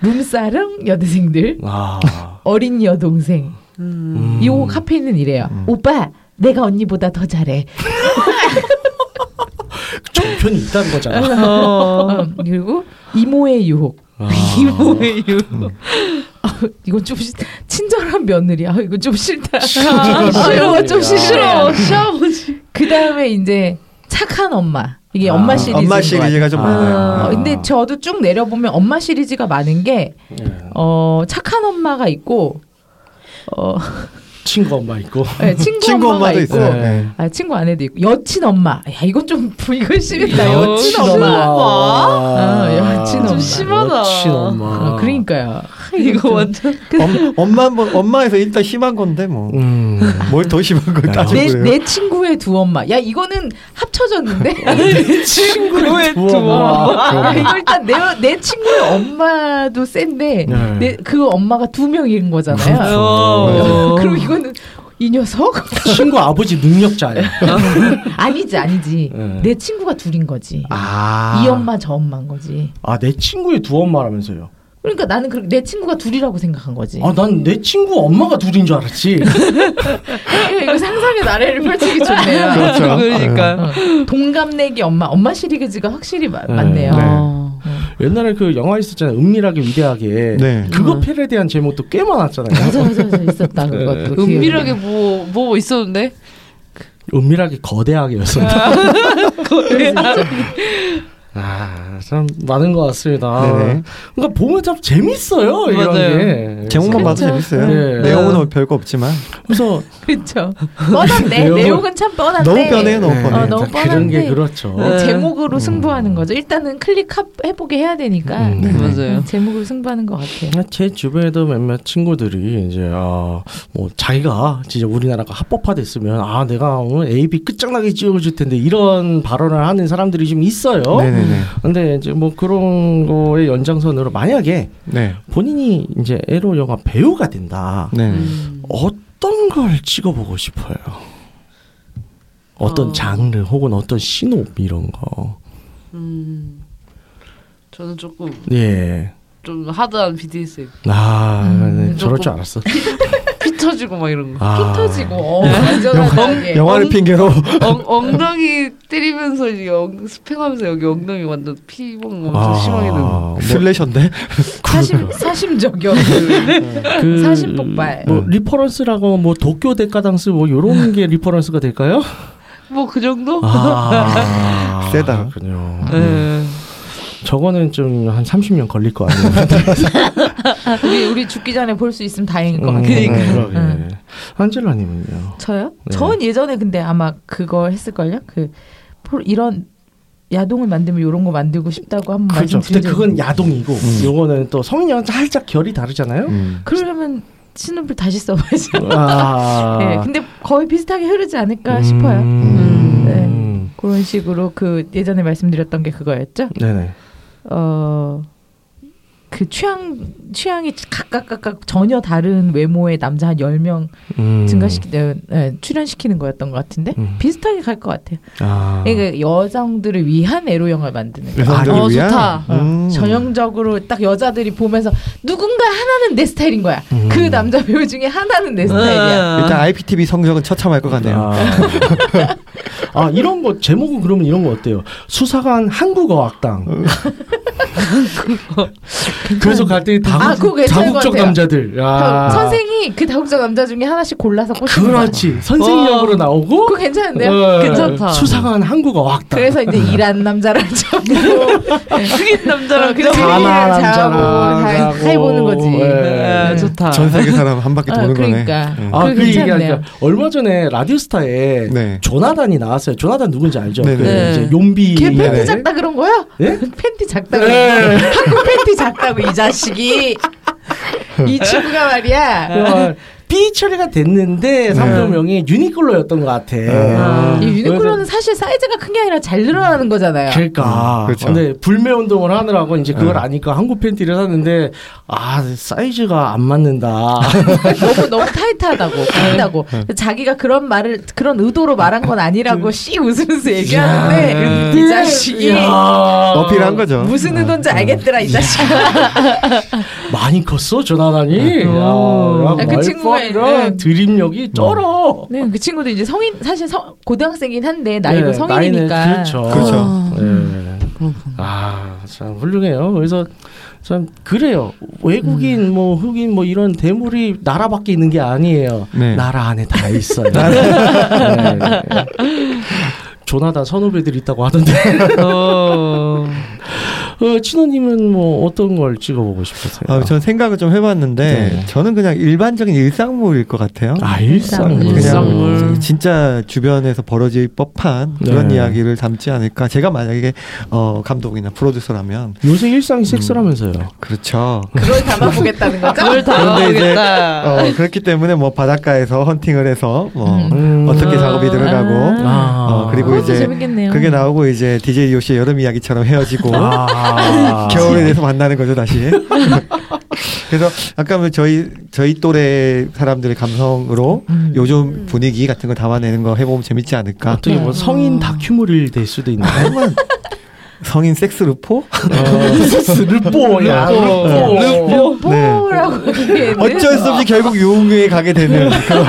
Speaker 4: 룸사랑 여대생들,
Speaker 2: 아.
Speaker 4: 어린 여동생.
Speaker 2: 음.
Speaker 4: 요 카페는 이래요. 오빠, 내가 언니보다 더 잘해.
Speaker 2: 종편이 있다는 거잖아.
Speaker 4: 어, 그리고 이모의 유혹.
Speaker 2: 아.
Speaker 4: 이모의 유혹. 아, 이건 좀 시, 친절한 며느리. 아, 이건 좀 싫다.
Speaker 2: 친절한
Speaker 4: 싫어, 좀
Speaker 2: 며느리야.
Speaker 4: 싫어. 시아버지. 그 다음에 이제 착한 엄마. 이게 엄마
Speaker 2: 아,
Speaker 4: 시리즈.
Speaker 8: 엄마 시리즈가 좀
Speaker 2: 아.
Speaker 8: 많아요. 네.
Speaker 4: 어, 근데 저도 쭉 내려보면 엄마 시리즈가 많은 게
Speaker 2: 예.
Speaker 4: 어, 착한 엄마가 있고 어,
Speaker 2: 친구 엄마 있고.
Speaker 4: 네, 친구,
Speaker 8: 친구
Speaker 4: 엄마가
Speaker 8: 엄마도
Speaker 4: 있고
Speaker 8: 있어요.
Speaker 2: 네.
Speaker 4: 아, 친구 아내도 있고 여친 엄마. 야 이건 좀 이건 심했다. 여친
Speaker 2: 여친
Speaker 4: 엄마.
Speaker 2: 엄마.
Speaker 4: 아, 여친 엄마. 좀
Speaker 3: 심하다.
Speaker 2: 여친 엄마.
Speaker 4: 어, 그러니까요. 아,
Speaker 3: 이거
Speaker 4: 좀-
Speaker 3: 완전
Speaker 8: 엄, 엄마 한번 엄마에서 일단 심한 건데 뭐.
Speaker 2: 음.
Speaker 8: 뭘 더 심한 걸
Speaker 2: 야.
Speaker 8: 따지고
Speaker 4: 내,
Speaker 8: 그래요.
Speaker 4: 내 친구의 두 엄마. 야 이거는 합쳐졌는데.
Speaker 3: 친구의
Speaker 2: 우와, 우와.
Speaker 4: 야, 이거 일단 내, 내 친구의 엄마도 센데
Speaker 2: 네. 그렇죠.
Speaker 4: 내, 그 엄마가 두 명인 거잖아요.
Speaker 3: 어.
Speaker 4: 그리고 이거는 이 녀석
Speaker 2: 네. 친구 아버지 능력자예요.
Speaker 4: 아니지 아니지
Speaker 2: 네.
Speaker 4: 내 친구가 둘인 거지.
Speaker 2: 아.
Speaker 4: 이 엄마 저 엄마인 거지.
Speaker 2: 아, 내 친구의 두 엄마라면서요.
Speaker 4: 그러니까 나는 그, 내 친구가 둘이라고 생각한 거지.
Speaker 2: 아, 난 내 친구 엄마가 둘인 줄 알았지.
Speaker 4: 이거, 이거 상상의 나래를 펼치기 좋네요.
Speaker 8: 그렇죠.
Speaker 3: 그러니까.
Speaker 4: 어, 동갑내기 엄마 엄마 시리즈가 확실히 마,
Speaker 2: 네.
Speaker 4: 많네요.
Speaker 8: 네.
Speaker 3: 어.
Speaker 2: 옛날에 그 영화 있었잖아요. 은밀하게 위대하게.
Speaker 8: 네.
Speaker 4: 음.
Speaker 2: 그거 패에 대한 제목도 꽤 많았잖아요.
Speaker 4: 맞아 맞아 맞아 있었다 그것도 기억이
Speaker 3: 은밀하게
Speaker 4: 나.
Speaker 3: 뭐 뭐 있었는데
Speaker 4: 아.
Speaker 2: 은밀하게 거대하게였습니다.
Speaker 4: 그래서
Speaker 2: 아, 참 많은 것 같습니다.
Speaker 8: 네네.
Speaker 2: 그러니까 보면 참 재밌어요 이런
Speaker 3: 맞아요.
Speaker 2: 게.
Speaker 8: 제목만 봐도 재밌어요.
Speaker 2: 네.
Speaker 8: 내용은 뭐 별거 없지만
Speaker 2: 그래서
Speaker 4: 그렇죠. 뻔한데
Speaker 2: 내용은-
Speaker 4: 내용은 참 뻔한데.
Speaker 8: 너무 변해 너무
Speaker 2: 네,
Speaker 8: 변해.
Speaker 4: 어, 너무
Speaker 2: 다 그런 게
Speaker 4: 뻔한데.
Speaker 2: 그렇죠.
Speaker 3: 네.
Speaker 4: 어, 제목으로 승부하는 거죠. 일단은 클릭 해보게 해야 되니까
Speaker 2: 음, 네.
Speaker 3: 맞아요.
Speaker 4: 제목으로 승부하는 것 같아요.
Speaker 2: 제 주변에도 몇몇 친구들이 이제 아뭐 자기가 진짜 우리나라가 합법화됐으면 아 내가 오늘 AB 끝장나게 찍어줄 텐데 이런 발언을 하는 사람들이 좀 있어요.
Speaker 8: 네네네.
Speaker 2: 근데 이제 뭐 그런 거의 연장선으로 만약에
Speaker 8: 네.
Speaker 2: 본인이 이제 에로 영화 배우가 된다.
Speaker 8: 네.
Speaker 2: 어떤 걸 찍어보고 싶어요?
Speaker 3: 아.
Speaker 2: 어떤 장르 혹은 어떤 신호 이런 거.
Speaker 3: 음, 저는 조금
Speaker 2: 예.
Speaker 3: 좀 하드한 BDSM.
Speaker 2: 아, 네, 저럴
Speaker 3: 음, 조금.
Speaker 2: 줄 알았어.
Speaker 3: 피 터지고 막 이런 거.
Speaker 2: 아.
Speaker 4: 어,
Speaker 9: 터지고
Speaker 4: 예.
Speaker 9: 완전하게
Speaker 8: 영화를 핑계로
Speaker 3: 엉, 엉덩이 때리면서 이제 엉, 스팽하면서 여기 엉덩이 완전 피멍
Speaker 2: 아.
Speaker 3: 엄청 심하게 나는 거.
Speaker 2: 뭐
Speaker 8: 슬래셔인데
Speaker 4: 사심 사심 저격
Speaker 2: 그,
Speaker 4: 사심 폭발.
Speaker 2: 뭐 리퍼런스라고 뭐 도쿄 데카당스 뭐
Speaker 4: 아.
Speaker 2: 요런 게 리퍼런스가 될까요?
Speaker 3: 뭐그 정도?
Speaker 2: 아.
Speaker 8: 세다.
Speaker 2: 그렇군요.
Speaker 4: 음.
Speaker 3: 예.
Speaker 2: 저거는 좀 한 30년 걸릴 거 아니에요.
Speaker 4: 아, 우리 우리 죽기 전에 볼 수 있으면 다행인 것
Speaker 2: 음,
Speaker 4: 같아요.
Speaker 2: 그러게.
Speaker 4: 음.
Speaker 2: 한젤라 님은요.
Speaker 4: 저요?
Speaker 2: 네.
Speaker 4: 전 예전에 근데 아마 그걸 했을걸요. 그 포- 이런 야동을 만들면 이런 거 만들고 싶다고 한번
Speaker 2: 그렇죠.
Speaker 4: 말씀 음.
Speaker 2: 근데
Speaker 4: 드린 적이
Speaker 2: 그건
Speaker 4: 있는데.
Speaker 2: 야동이고 요거는 또 성인이랑 살짝 결이 다르잖아요.
Speaker 4: 음.
Speaker 8: 음.
Speaker 4: 그러려면 신음을 다시 써봐야죠.
Speaker 2: 아.
Speaker 4: 네, 근데 거의 비슷하게 흐르지 않을까 싶어요. 음.
Speaker 2: 음.
Speaker 4: 그런 식으로 그 예전에 말씀드렸던 게 그거였죠.
Speaker 2: 네. 네
Speaker 4: 어. 그 취향 취향이 각각 각각 전혀 다른 외모의 남자 한 10명
Speaker 2: 음.
Speaker 4: 증가시키 네, 네, 출연시키는 거였던 것 같은데
Speaker 2: 음.
Speaker 4: 비슷하게 갈 것 같아요.
Speaker 2: 아.
Speaker 4: 그러니까 여성들을 위한 에로 영화를 만드는 거예요.
Speaker 8: 여성들을
Speaker 3: 어,
Speaker 8: 위한
Speaker 3: 좋다.
Speaker 8: 음.
Speaker 4: 아, 전형적으로 딱 여자들이 보면서 누군가 하나는 내 스타일인 거야. 그 남자 배우 중에 하나는 내 스타일이야.
Speaker 8: 일단 IPTV 성적은 처참할 것 같네요.
Speaker 2: 아. 아 이런 거 제목은 그러면 이런 거 어때요? 수사관 한국어 악당. 그래서 갈때
Speaker 4: 아, 그거
Speaker 2: 다국,
Speaker 4: 괜찮을 것
Speaker 2: 다국적
Speaker 4: 같아요.
Speaker 2: 남자들. 아.
Speaker 4: 그럼 선생이 그 다국적 남자 중에 하나씩 골라서 꽂히는 거야.
Speaker 2: 그렇지. 선생 역으로 나오고.
Speaker 4: 그거 괜찮은데요?
Speaker 2: 어,
Speaker 4: 괜찮다.
Speaker 2: 수사관 한국어 악당.
Speaker 4: 그래서 이제 일한 남자랑 잡고 흑인 남자랑 그냥
Speaker 2: 가나
Speaker 4: 자고
Speaker 2: 남자랑
Speaker 4: 다 해보는 거지.
Speaker 2: 자고. 예.
Speaker 4: 네, 좋다.
Speaker 8: 전 세계 사람 한 바퀴
Speaker 4: 어,
Speaker 8: 도는
Speaker 4: 그러니까.
Speaker 8: 거네. 음.
Speaker 2: 아,
Speaker 4: 그거
Speaker 2: 그 얘기하니까
Speaker 4: 괜찮네요.
Speaker 2: 얼마 전에 라디오스타에
Speaker 8: 네.
Speaker 2: 조나단이 나왔어요. 조나단 누군지 알죠?
Speaker 8: 네네.
Speaker 2: 그
Speaker 8: 네.
Speaker 2: 이제 용비.
Speaker 4: 걔 팬티
Speaker 8: 네.
Speaker 4: 작다 그런 거야?
Speaker 2: 예?
Speaker 4: 팬티 작다 그런 거야? 한국 팬티 작다고 이 자식이 이 친구가 말이야
Speaker 2: 어, B 처리가 됐는데
Speaker 8: 네.
Speaker 2: 상표명이 유니클로였던 것 같아.
Speaker 4: 이
Speaker 2: 음.
Speaker 4: 유니클로는 사실 사이즈가 큰 게 아니라 잘 늘어나는 거잖아요
Speaker 2: 그러니까.
Speaker 8: 음, 그렇죠.
Speaker 2: 근데 불매 운동을 하느라고 이제 그걸
Speaker 8: 네.
Speaker 2: 아니까 한국 팬티를 샀는데 아 사이즈가 안 맞는다.
Speaker 4: 너무 너무 타이트하다고 큰다고 자기가 그런 말을 그런 의도로 말한 건 아니라고 씨 웃으면서 얘기하는데 이 자식이
Speaker 2: 음. 야.
Speaker 8: 어필한 거죠. 네.
Speaker 4: 무슨 의도인지 알겠더라 이 자식
Speaker 2: 많이 컸어 조나단이.
Speaker 8: 음.
Speaker 2: 야,
Speaker 4: 그
Speaker 2: 그
Speaker 4: 친구가
Speaker 2: 친구가
Speaker 4: 이제-
Speaker 2: 드림력이 쩔어.
Speaker 4: 네, 그 친구도 이제 성인 사실 성, 고등학생이긴 한데 나이도
Speaker 2: 네,
Speaker 4: 성인이니까 어, 음.
Speaker 2: 나이는 그렇죠.
Speaker 8: 그렇죠.
Speaker 2: 예. 아, 참 훌륭해요. 그래서 참 그래요. 외국인
Speaker 4: 음.
Speaker 2: 뭐 흑인 뭐 이런 대물이 나라 밖에 있는 게 아니에요.
Speaker 8: 네.
Speaker 2: 나라 안에 다 있어요. 네. 조나단 선후배들이 있다고 하던데. 어, 친호님은 뭐 어떤 걸 찍어보고 싶으세요?
Speaker 8: 아, 전 생각을 좀 해봤는데
Speaker 2: 네.
Speaker 8: 저는 그냥 일반적인 일상물일 것 같아요.
Speaker 2: 아, 일상.
Speaker 8: 그냥
Speaker 3: 일상물.
Speaker 8: 진짜 주변에서 벌어질 법한 그런
Speaker 2: 네.
Speaker 8: 이야기를 담지 않을까. 제가 만약에 어, 감독이나 프로듀서라면
Speaker 2: 요새
Speaker 8: 음.
Speaker 2: 일상이 섹스라면서요.
Speaker 8: 그렇죠.
Speaker 4: 그걸 담아보겠다는 거죠
Speaker 3: 그걸 다
Speaker 8: 그런데 이제
Speaker 3: 하겠다.
Speaker 8: 어, 그렇기 때문에 뭐 바닷가에서 헌팅을 해서 뭐
Speaker 2: 음.
Speaker 8: 어떻게 작업이 들어가고
Speaker 2: 아.
Speaker 8: 어, 그리고
Speaker 4: 그것도
Speaker 8: 이제
Speaker 4: 재밌겠네요.
Speaker 8: 그게 나오고 이제 DJ 요시의 여름 이야기처럼 헤어지고
Speaker 2: 아.
Speaker 8: 겨울에 대해서 만나는 거죠 다시. 그래서 아까 뭐 저희 저희 또래 사람들의 감성으로 요즘 분위기 같은 거 담아내는 거 해보면 재밌지
Speaker 2: 음.
Speaker 8: 않을까.
Speaker 2: 어떻게
Speaker 3: 네.
Speaker 2: 뭐 성인 다큐물일 될 수도 있나요?
Speaker 8: 정말 성인 섹스 루포?
Speaker 2: 어. 르뽀야. 아, 르뽀.
Speaker 4: 어, 뭐라고
Speaker 2: 네,
Speaker 4: 얘기했는데
Speaker 8: 어쩔 수 없이 결국 유흥에 가게 되는. 그런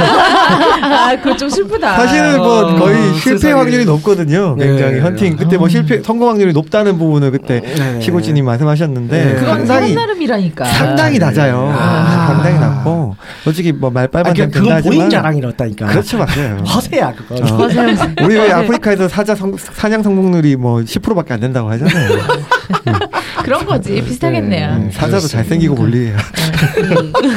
Speaker 4: 아 그거 좀 슬프다 어,
Speaker 8: 사실은 뭐 거의 실패
Speaker 2: 아, 세상에.
Speaker 8: 확률이 높거든요.
Speaker 2: 네.
Speaker 8: 굉장히 헌팅 그때 뭐 실패 성공 확률이 높다는 부분을 그때
Speaker 2: 네.
Speaker 8: 시골진님 말씀하셨는데
Speaker 2: 네. 그건
Speaker 4: 그건 사람
Speaker 8: 상당히
Speaker 4: 나름이라니까
Speaker 8: 상당히 낮아요. 상당히 낮고 솔직히 뭐 말빨만
Speaker 2: 아니,
Speaker 8: 좀
Speaker 2: 그러니까
Speaker 8: 된다
Speaker 2: 그건 본인
Speaker 8: 하지만
Speaker 2: 자랑이었다니까.
Speaker 8: 그렇죠 맞아요.
Speaker 2: 허세야 그거.
Speaker 8: 어. 우리 왜 아프리카에서 사자 성, 사냥 성공률이 뭐 10%밖에 안 된다고 하잖아요.
Speaker 4: 아, 그런 거지 비슷하겠네요. 음.
Speaker 8: 음, 사자도
Speaker 2: 그렇습니다.
Speaker 8: 잘생기고 몰리해요.
Speaker 4: 그러니까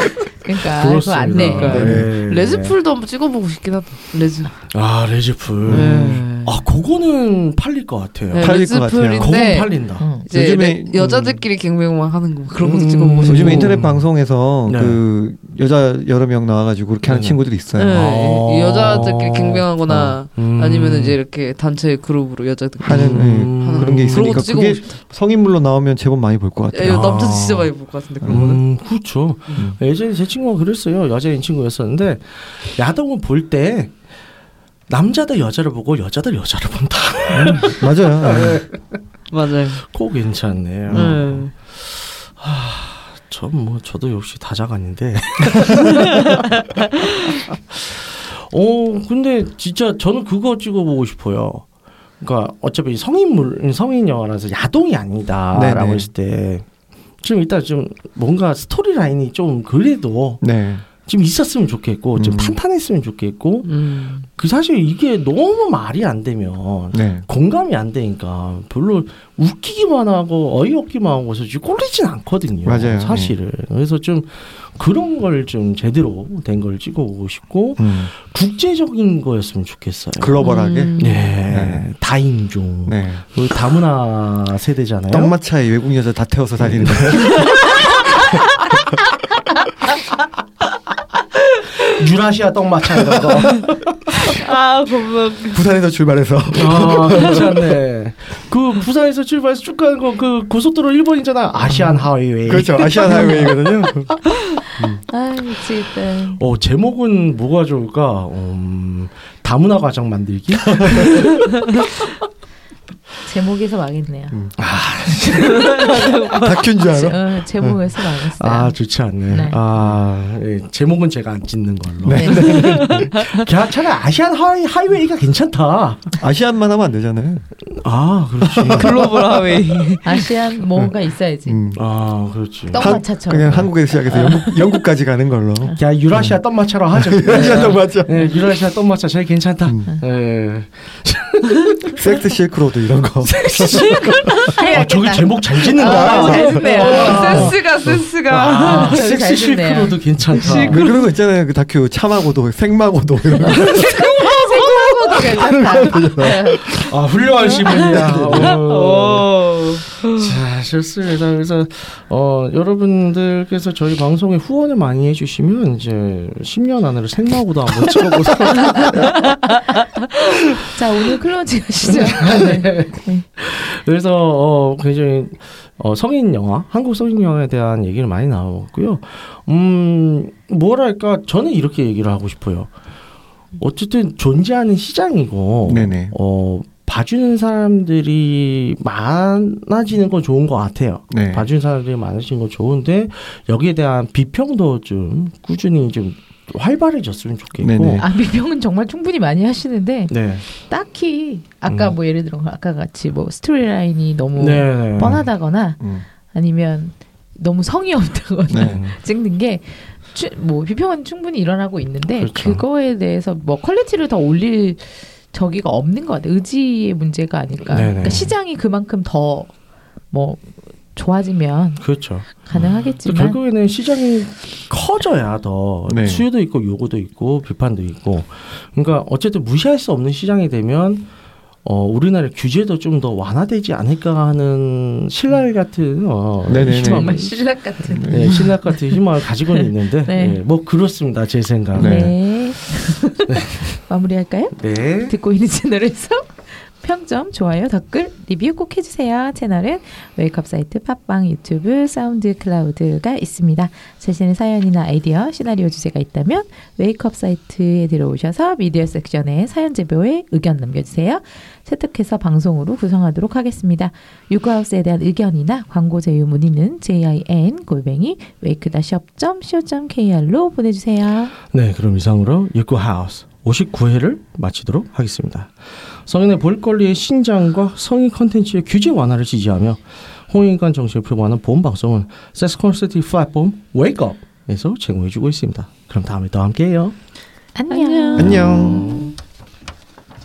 Speaker 4: 그거
Speaker 2: 아,
Speaker 3: 아,
Speaker 2: 그렇습니다.
Speaker 4: 안 돼.
Speaker 2: 네.
Speaker 3: 레즈풀도 한번 찍어보고 싶긴 하다. 레즈.
Speaker 2: 아 레즈풀.
Speaker 3: 네.
Speaker 2: 아 그거는 팔릴 것 같아요.
Speaker 3: 네,
Speaker 8: 팔릴 것 같아요.
Speaker 2: 그건
Speaker 3: 레즈풀인데 음.
Speaker 2: 팔린다.
Speaker 3: 이제
Speaker 8: 요즘에-
Speaker 3: 레- 여자들끼리 갱뱅만 하는 거 그런 것도
Speaker 2: 음,
Speaker 3: 찍어보고 싶고.
Speaker 8: 요즘에 인터넷 방송에서
Speaker 2: 네.
Speaker 8: 그 여자 여러 명 나와가지고 그렇게 하는
Speaker 2: 네네.
Speaker 8: 친구들이
Speaker 3: 네,
Speaker 8: 있어요.
Speaker 2: 아.
Speaker 3: 여자들끼리 갱뱅하거나
Speaker 2: 음.
Speaker 3: 아니면 이제 이렇게 단체 그룹으로 여자들끼리 아,
Speaker 8: 하는
Speaker 2: 음.
Speaker 8: 예, 그런 게
Speaker 3: 그런
Speaker 8: 있으니까
Speaker 3: 것도 찍어보고
Speaker 8: 그게 성인물로 나오면 제법 많이 볼 것
Speaker 3: 예,
Speaker 8: 같아요.
Speaker 3: 남자 진짜 많이 볼 것 같은데 그런 거는.
Speaker 2: 음, 그렇죠. 예전에 제 친구가 그랬어요. 여자인 친구였었는데 야동을 볼 때 남자들 여자를 보고 여자들 여자를 본다.
Speaker 3: 네.
Speaker 8: 맞아요. 예.
Speaker 3: 맞아요.
Speaker 2: 꼭 괜찮네요.
Speaker 3: 네.
Speaker 2: 전뭐 저도 역시 다자간인데. 어 근데 진짜 저는 그거 찍어보고 싶어요. 그러니까 어차피 성인물 성인 영화라서 야동이 아니다라고
Speaker 8: 네네.
Speaker 2: 했을 때 지금 일단 좀 뭔가 스토리 라인이 좀 그래도
Speaker 8: 네.
Speaker 2: 지금 있었으면 좋겠고 좀
Speaker 8: 음.
Speaker 2: 탄탄했으면 좋겠고
Speaker 3: 음.
Speaker 2: 그 사실 이게 너무 말이 안 되면
Speaker 8: 네.
Speaker 2: 공감이 안 되니까 별로 웃기기만 하고 어이없기만 하고 해서 지금 꼴리진 않거든요.
Speaker 8: 맞아요. 네.
Speaker 2: 사실은. 그래서 좀 그런 걸 좀 제대로 된 걸 찍어보고 싶고
Speaker 8: 음,
Speaker 2: 국제적인 거였으면 좋겠어요.
Speaker 8: 글로벌하게.
Speaker 3: 음.
Speaker 2: 예,
Speaker 8: 네.
Speaker 2: 다인종.
Speaker 8: 네.
Speaker 2: 그 다문화 세대잖아요.
Speaker 8: 떡마차에 외국 여자 다 태워서 다니는 거.
Speaker 2: 유라시아 떡마차 이런 거.
Speaker 3: 아 겁나.
Speaker 8: 부산에서 출발해서
Speaker 2: 아, 괜찮네. 그 부산에서 출발해서 쭉 가는 거 그 고속도로 1번 있잖아. 아시안 하이웨이.
Speaker 8: 그렇죠. 아시안 하이웨이거든요.
Speaker 4: 아 미치겠다.
Speaker 2: 어 제목은 뭐가 좋을까? 음, 다문화 과정 만들기?
Speaker 4: 제목에서 망했네요.
Speaker 2: 음.
Speaker 8: 다큐인 줄 알아.
Speaker 4: 어, 제목에서 망했어요.
Speaker 2: 아 좋지 않네.
Speaker 4: 네.
Speaker 2: 아 예, 제목은 제가 안 찍는 걸로.
Speaker 4: 네.
Speaker 2: 야, 차라리 아시안 하이, 하이웨이가 괜찮다.
Speaker 8: 아시안만 하면 안 되잖아요.
Speaker 2: 아 그렇지.
Speaker 3: 글로벌 하웨이.
Speaker 2: 네.
Speaker 4: 아시안 뭔가 있어야지.
Speaker 8: 음.
Speaker 2: 아 그렇지.
Speaker 4: 떡-
Speaker 8: 한-
Speaker 4: 떡마차처럼.
Speaker 8: 그냥 한국에서 시작해서 영국, 영국까지 가는 걸로.
Speaker 2: 야 음. 유라시아 떡마차로 하죠.
Speaker 8: 아시안 맞죠?
Speaker 4: 네.
Speaker 2: 예, 유라시아 떡마차 제일 괜찮다.
Speaker 8: 음.
Speaker 2: 예.
Speaker 8: 섹스 실크로드 이런 거.
Speaker 2: 아 저기 제목 잘
Speaker 4: 아,
Speaker 2: 짓는다.
Speaker 4: 잘했네요.
Speaker 3: 센스가 센스가.
Speaker 2: 아,
Speaker 4: 아,
Speaker 2: 섹시
Speaker 4: 잘 짓네요.
Speaker 2: 실크로도 괜찮다.
Speaker 8: 그- 그런 거 있잖아요. 그 다큐 참하고도 생마고도 이런 거.
Speaker 4: 생각보다 괜찮다.
Speaker 2: 아 훌륭한 시분이다. 어.
Speaker 3: 어.
Speaker 2: 자, 좋습니다. 그래서 어, 여러분들께서 저희 방송에 후원을 많이 해주시면 이제 10년 안으로 생마고도 한번 찍어보세요.
Speaker 4: 자 오늘 클로징 하시죠.
Speaker 2: 음.
Speaker 4: 아, 네.
Speaker 2: 그래서 어, 굉장히 어, 성인 영화, 한국 성인 영화에 대한 얘기를 많이 나왔고요. 음, 뭐랄까 저는 이렇게 얘기를 하고 싶어요. 어쨌든 존재하는 시장이고,
Speaker 8: 네네.
Speaker 2: 어, 봐주는 사람들이 많아지는 건 좋은 것 같아요.
Speaker 8: 네.
Speaker 2: 봐준 사람들이 많으신 건 좋은데 여기에 대한 비평도 좀 꾸준히 좀 활발해졌으면 좋겠고
Speaker 8: 네네.
Speaker 4: 아 미병은 정말 충분히 많이 하시는데
Speaker 2: 네.
Speaker 4: 딱히 아까
Speaker 2: 음.
Speaker 4: 뭐 예를 들어 아까 같이 뭐 스토리 라인이 너무
Speaker 2: 네.
Speaker 4: 뻔하다거나
Speaker 8: 음.
Speaker 4: 아니면 너무 성의 없다거나
Speaker 8: 네.
Speaker 4: 찍는 게 뭐 비평은 충분히 일어나고 있는데
Speaker 2: 그렇죠.
Speaker 4: 그거에 대해서 뭐 퀄리티를 더 올릴 저기가 없는 것 같아요. 의지의 문제가 아닐까.
Speaker 2: 네네.
Speaker 4: 그러니까 시장이 그만큼 더 뭐 좋아지면
Speaker 2: 그렇죠. 근데
Speaker 4: 가능하겠지만
Speaker 2: 결국에는 시장이 커져야 더
Speaker 8: 네.
Speaker 2: 수요도 있고 요구도 있고 비판도 있고 그러니까 어쨌든 무시할 수 없는 시장이 되면 어, 우리나라 규제도 좀 더 완화되지 않을까 하는 신랄 같은 어,
Speaker 8: 네네네.
Speaker 2: 희망,
Speaker 4: 신락 같은.
Speaker 2: 네, 신랄 같은 희망을 가지고는 있는데
Speaker 4: 네.
Speaker 2: 예, 뭐 그렇습니다 제 생각.
Speaker 4: 네.
Speaker 8: 네.
Speaker 4: 마무리할까요?
Speaker 2: 네.
Speaker 4: 듣고 있는 채널에서 평점, 좋아요, 댓글, 리뷰 꼭 해주세요. 채널은 웨이크업 사이트, 팟빵, 유튜브, 사운드 클라우드가 있습니다. 자신의 사연이나 아이디어, 시나리오 주제가 있다면 웨이크업 사이트에 들어오셔서 미디어 섹션에 사연 제보에 의견 남겨주세요. 채택해서 방송으로 구성하도록 하겠습니다. 유쿠하우스에 대한 의견이나 광고 제휴 문의는 jin 골뱅이 wake-up.co.kr로 보내주세요.
Speaker 2: 네, 그럼 이상으로 육구 하우스 59회를 마치도록 하겠습니다. 성인의 볼거리의 신장과 성인 컨텐츠의 규제 완화를 지지하며 홍익관 정신을 표방하는 본 방송은 세스콘서트 플랫폼 웨이크업에서 제공해주고 있습니다. 그럼 다음에 또 함께해요.
Speaker 4: 안녕.
Speaker 8: 안녕.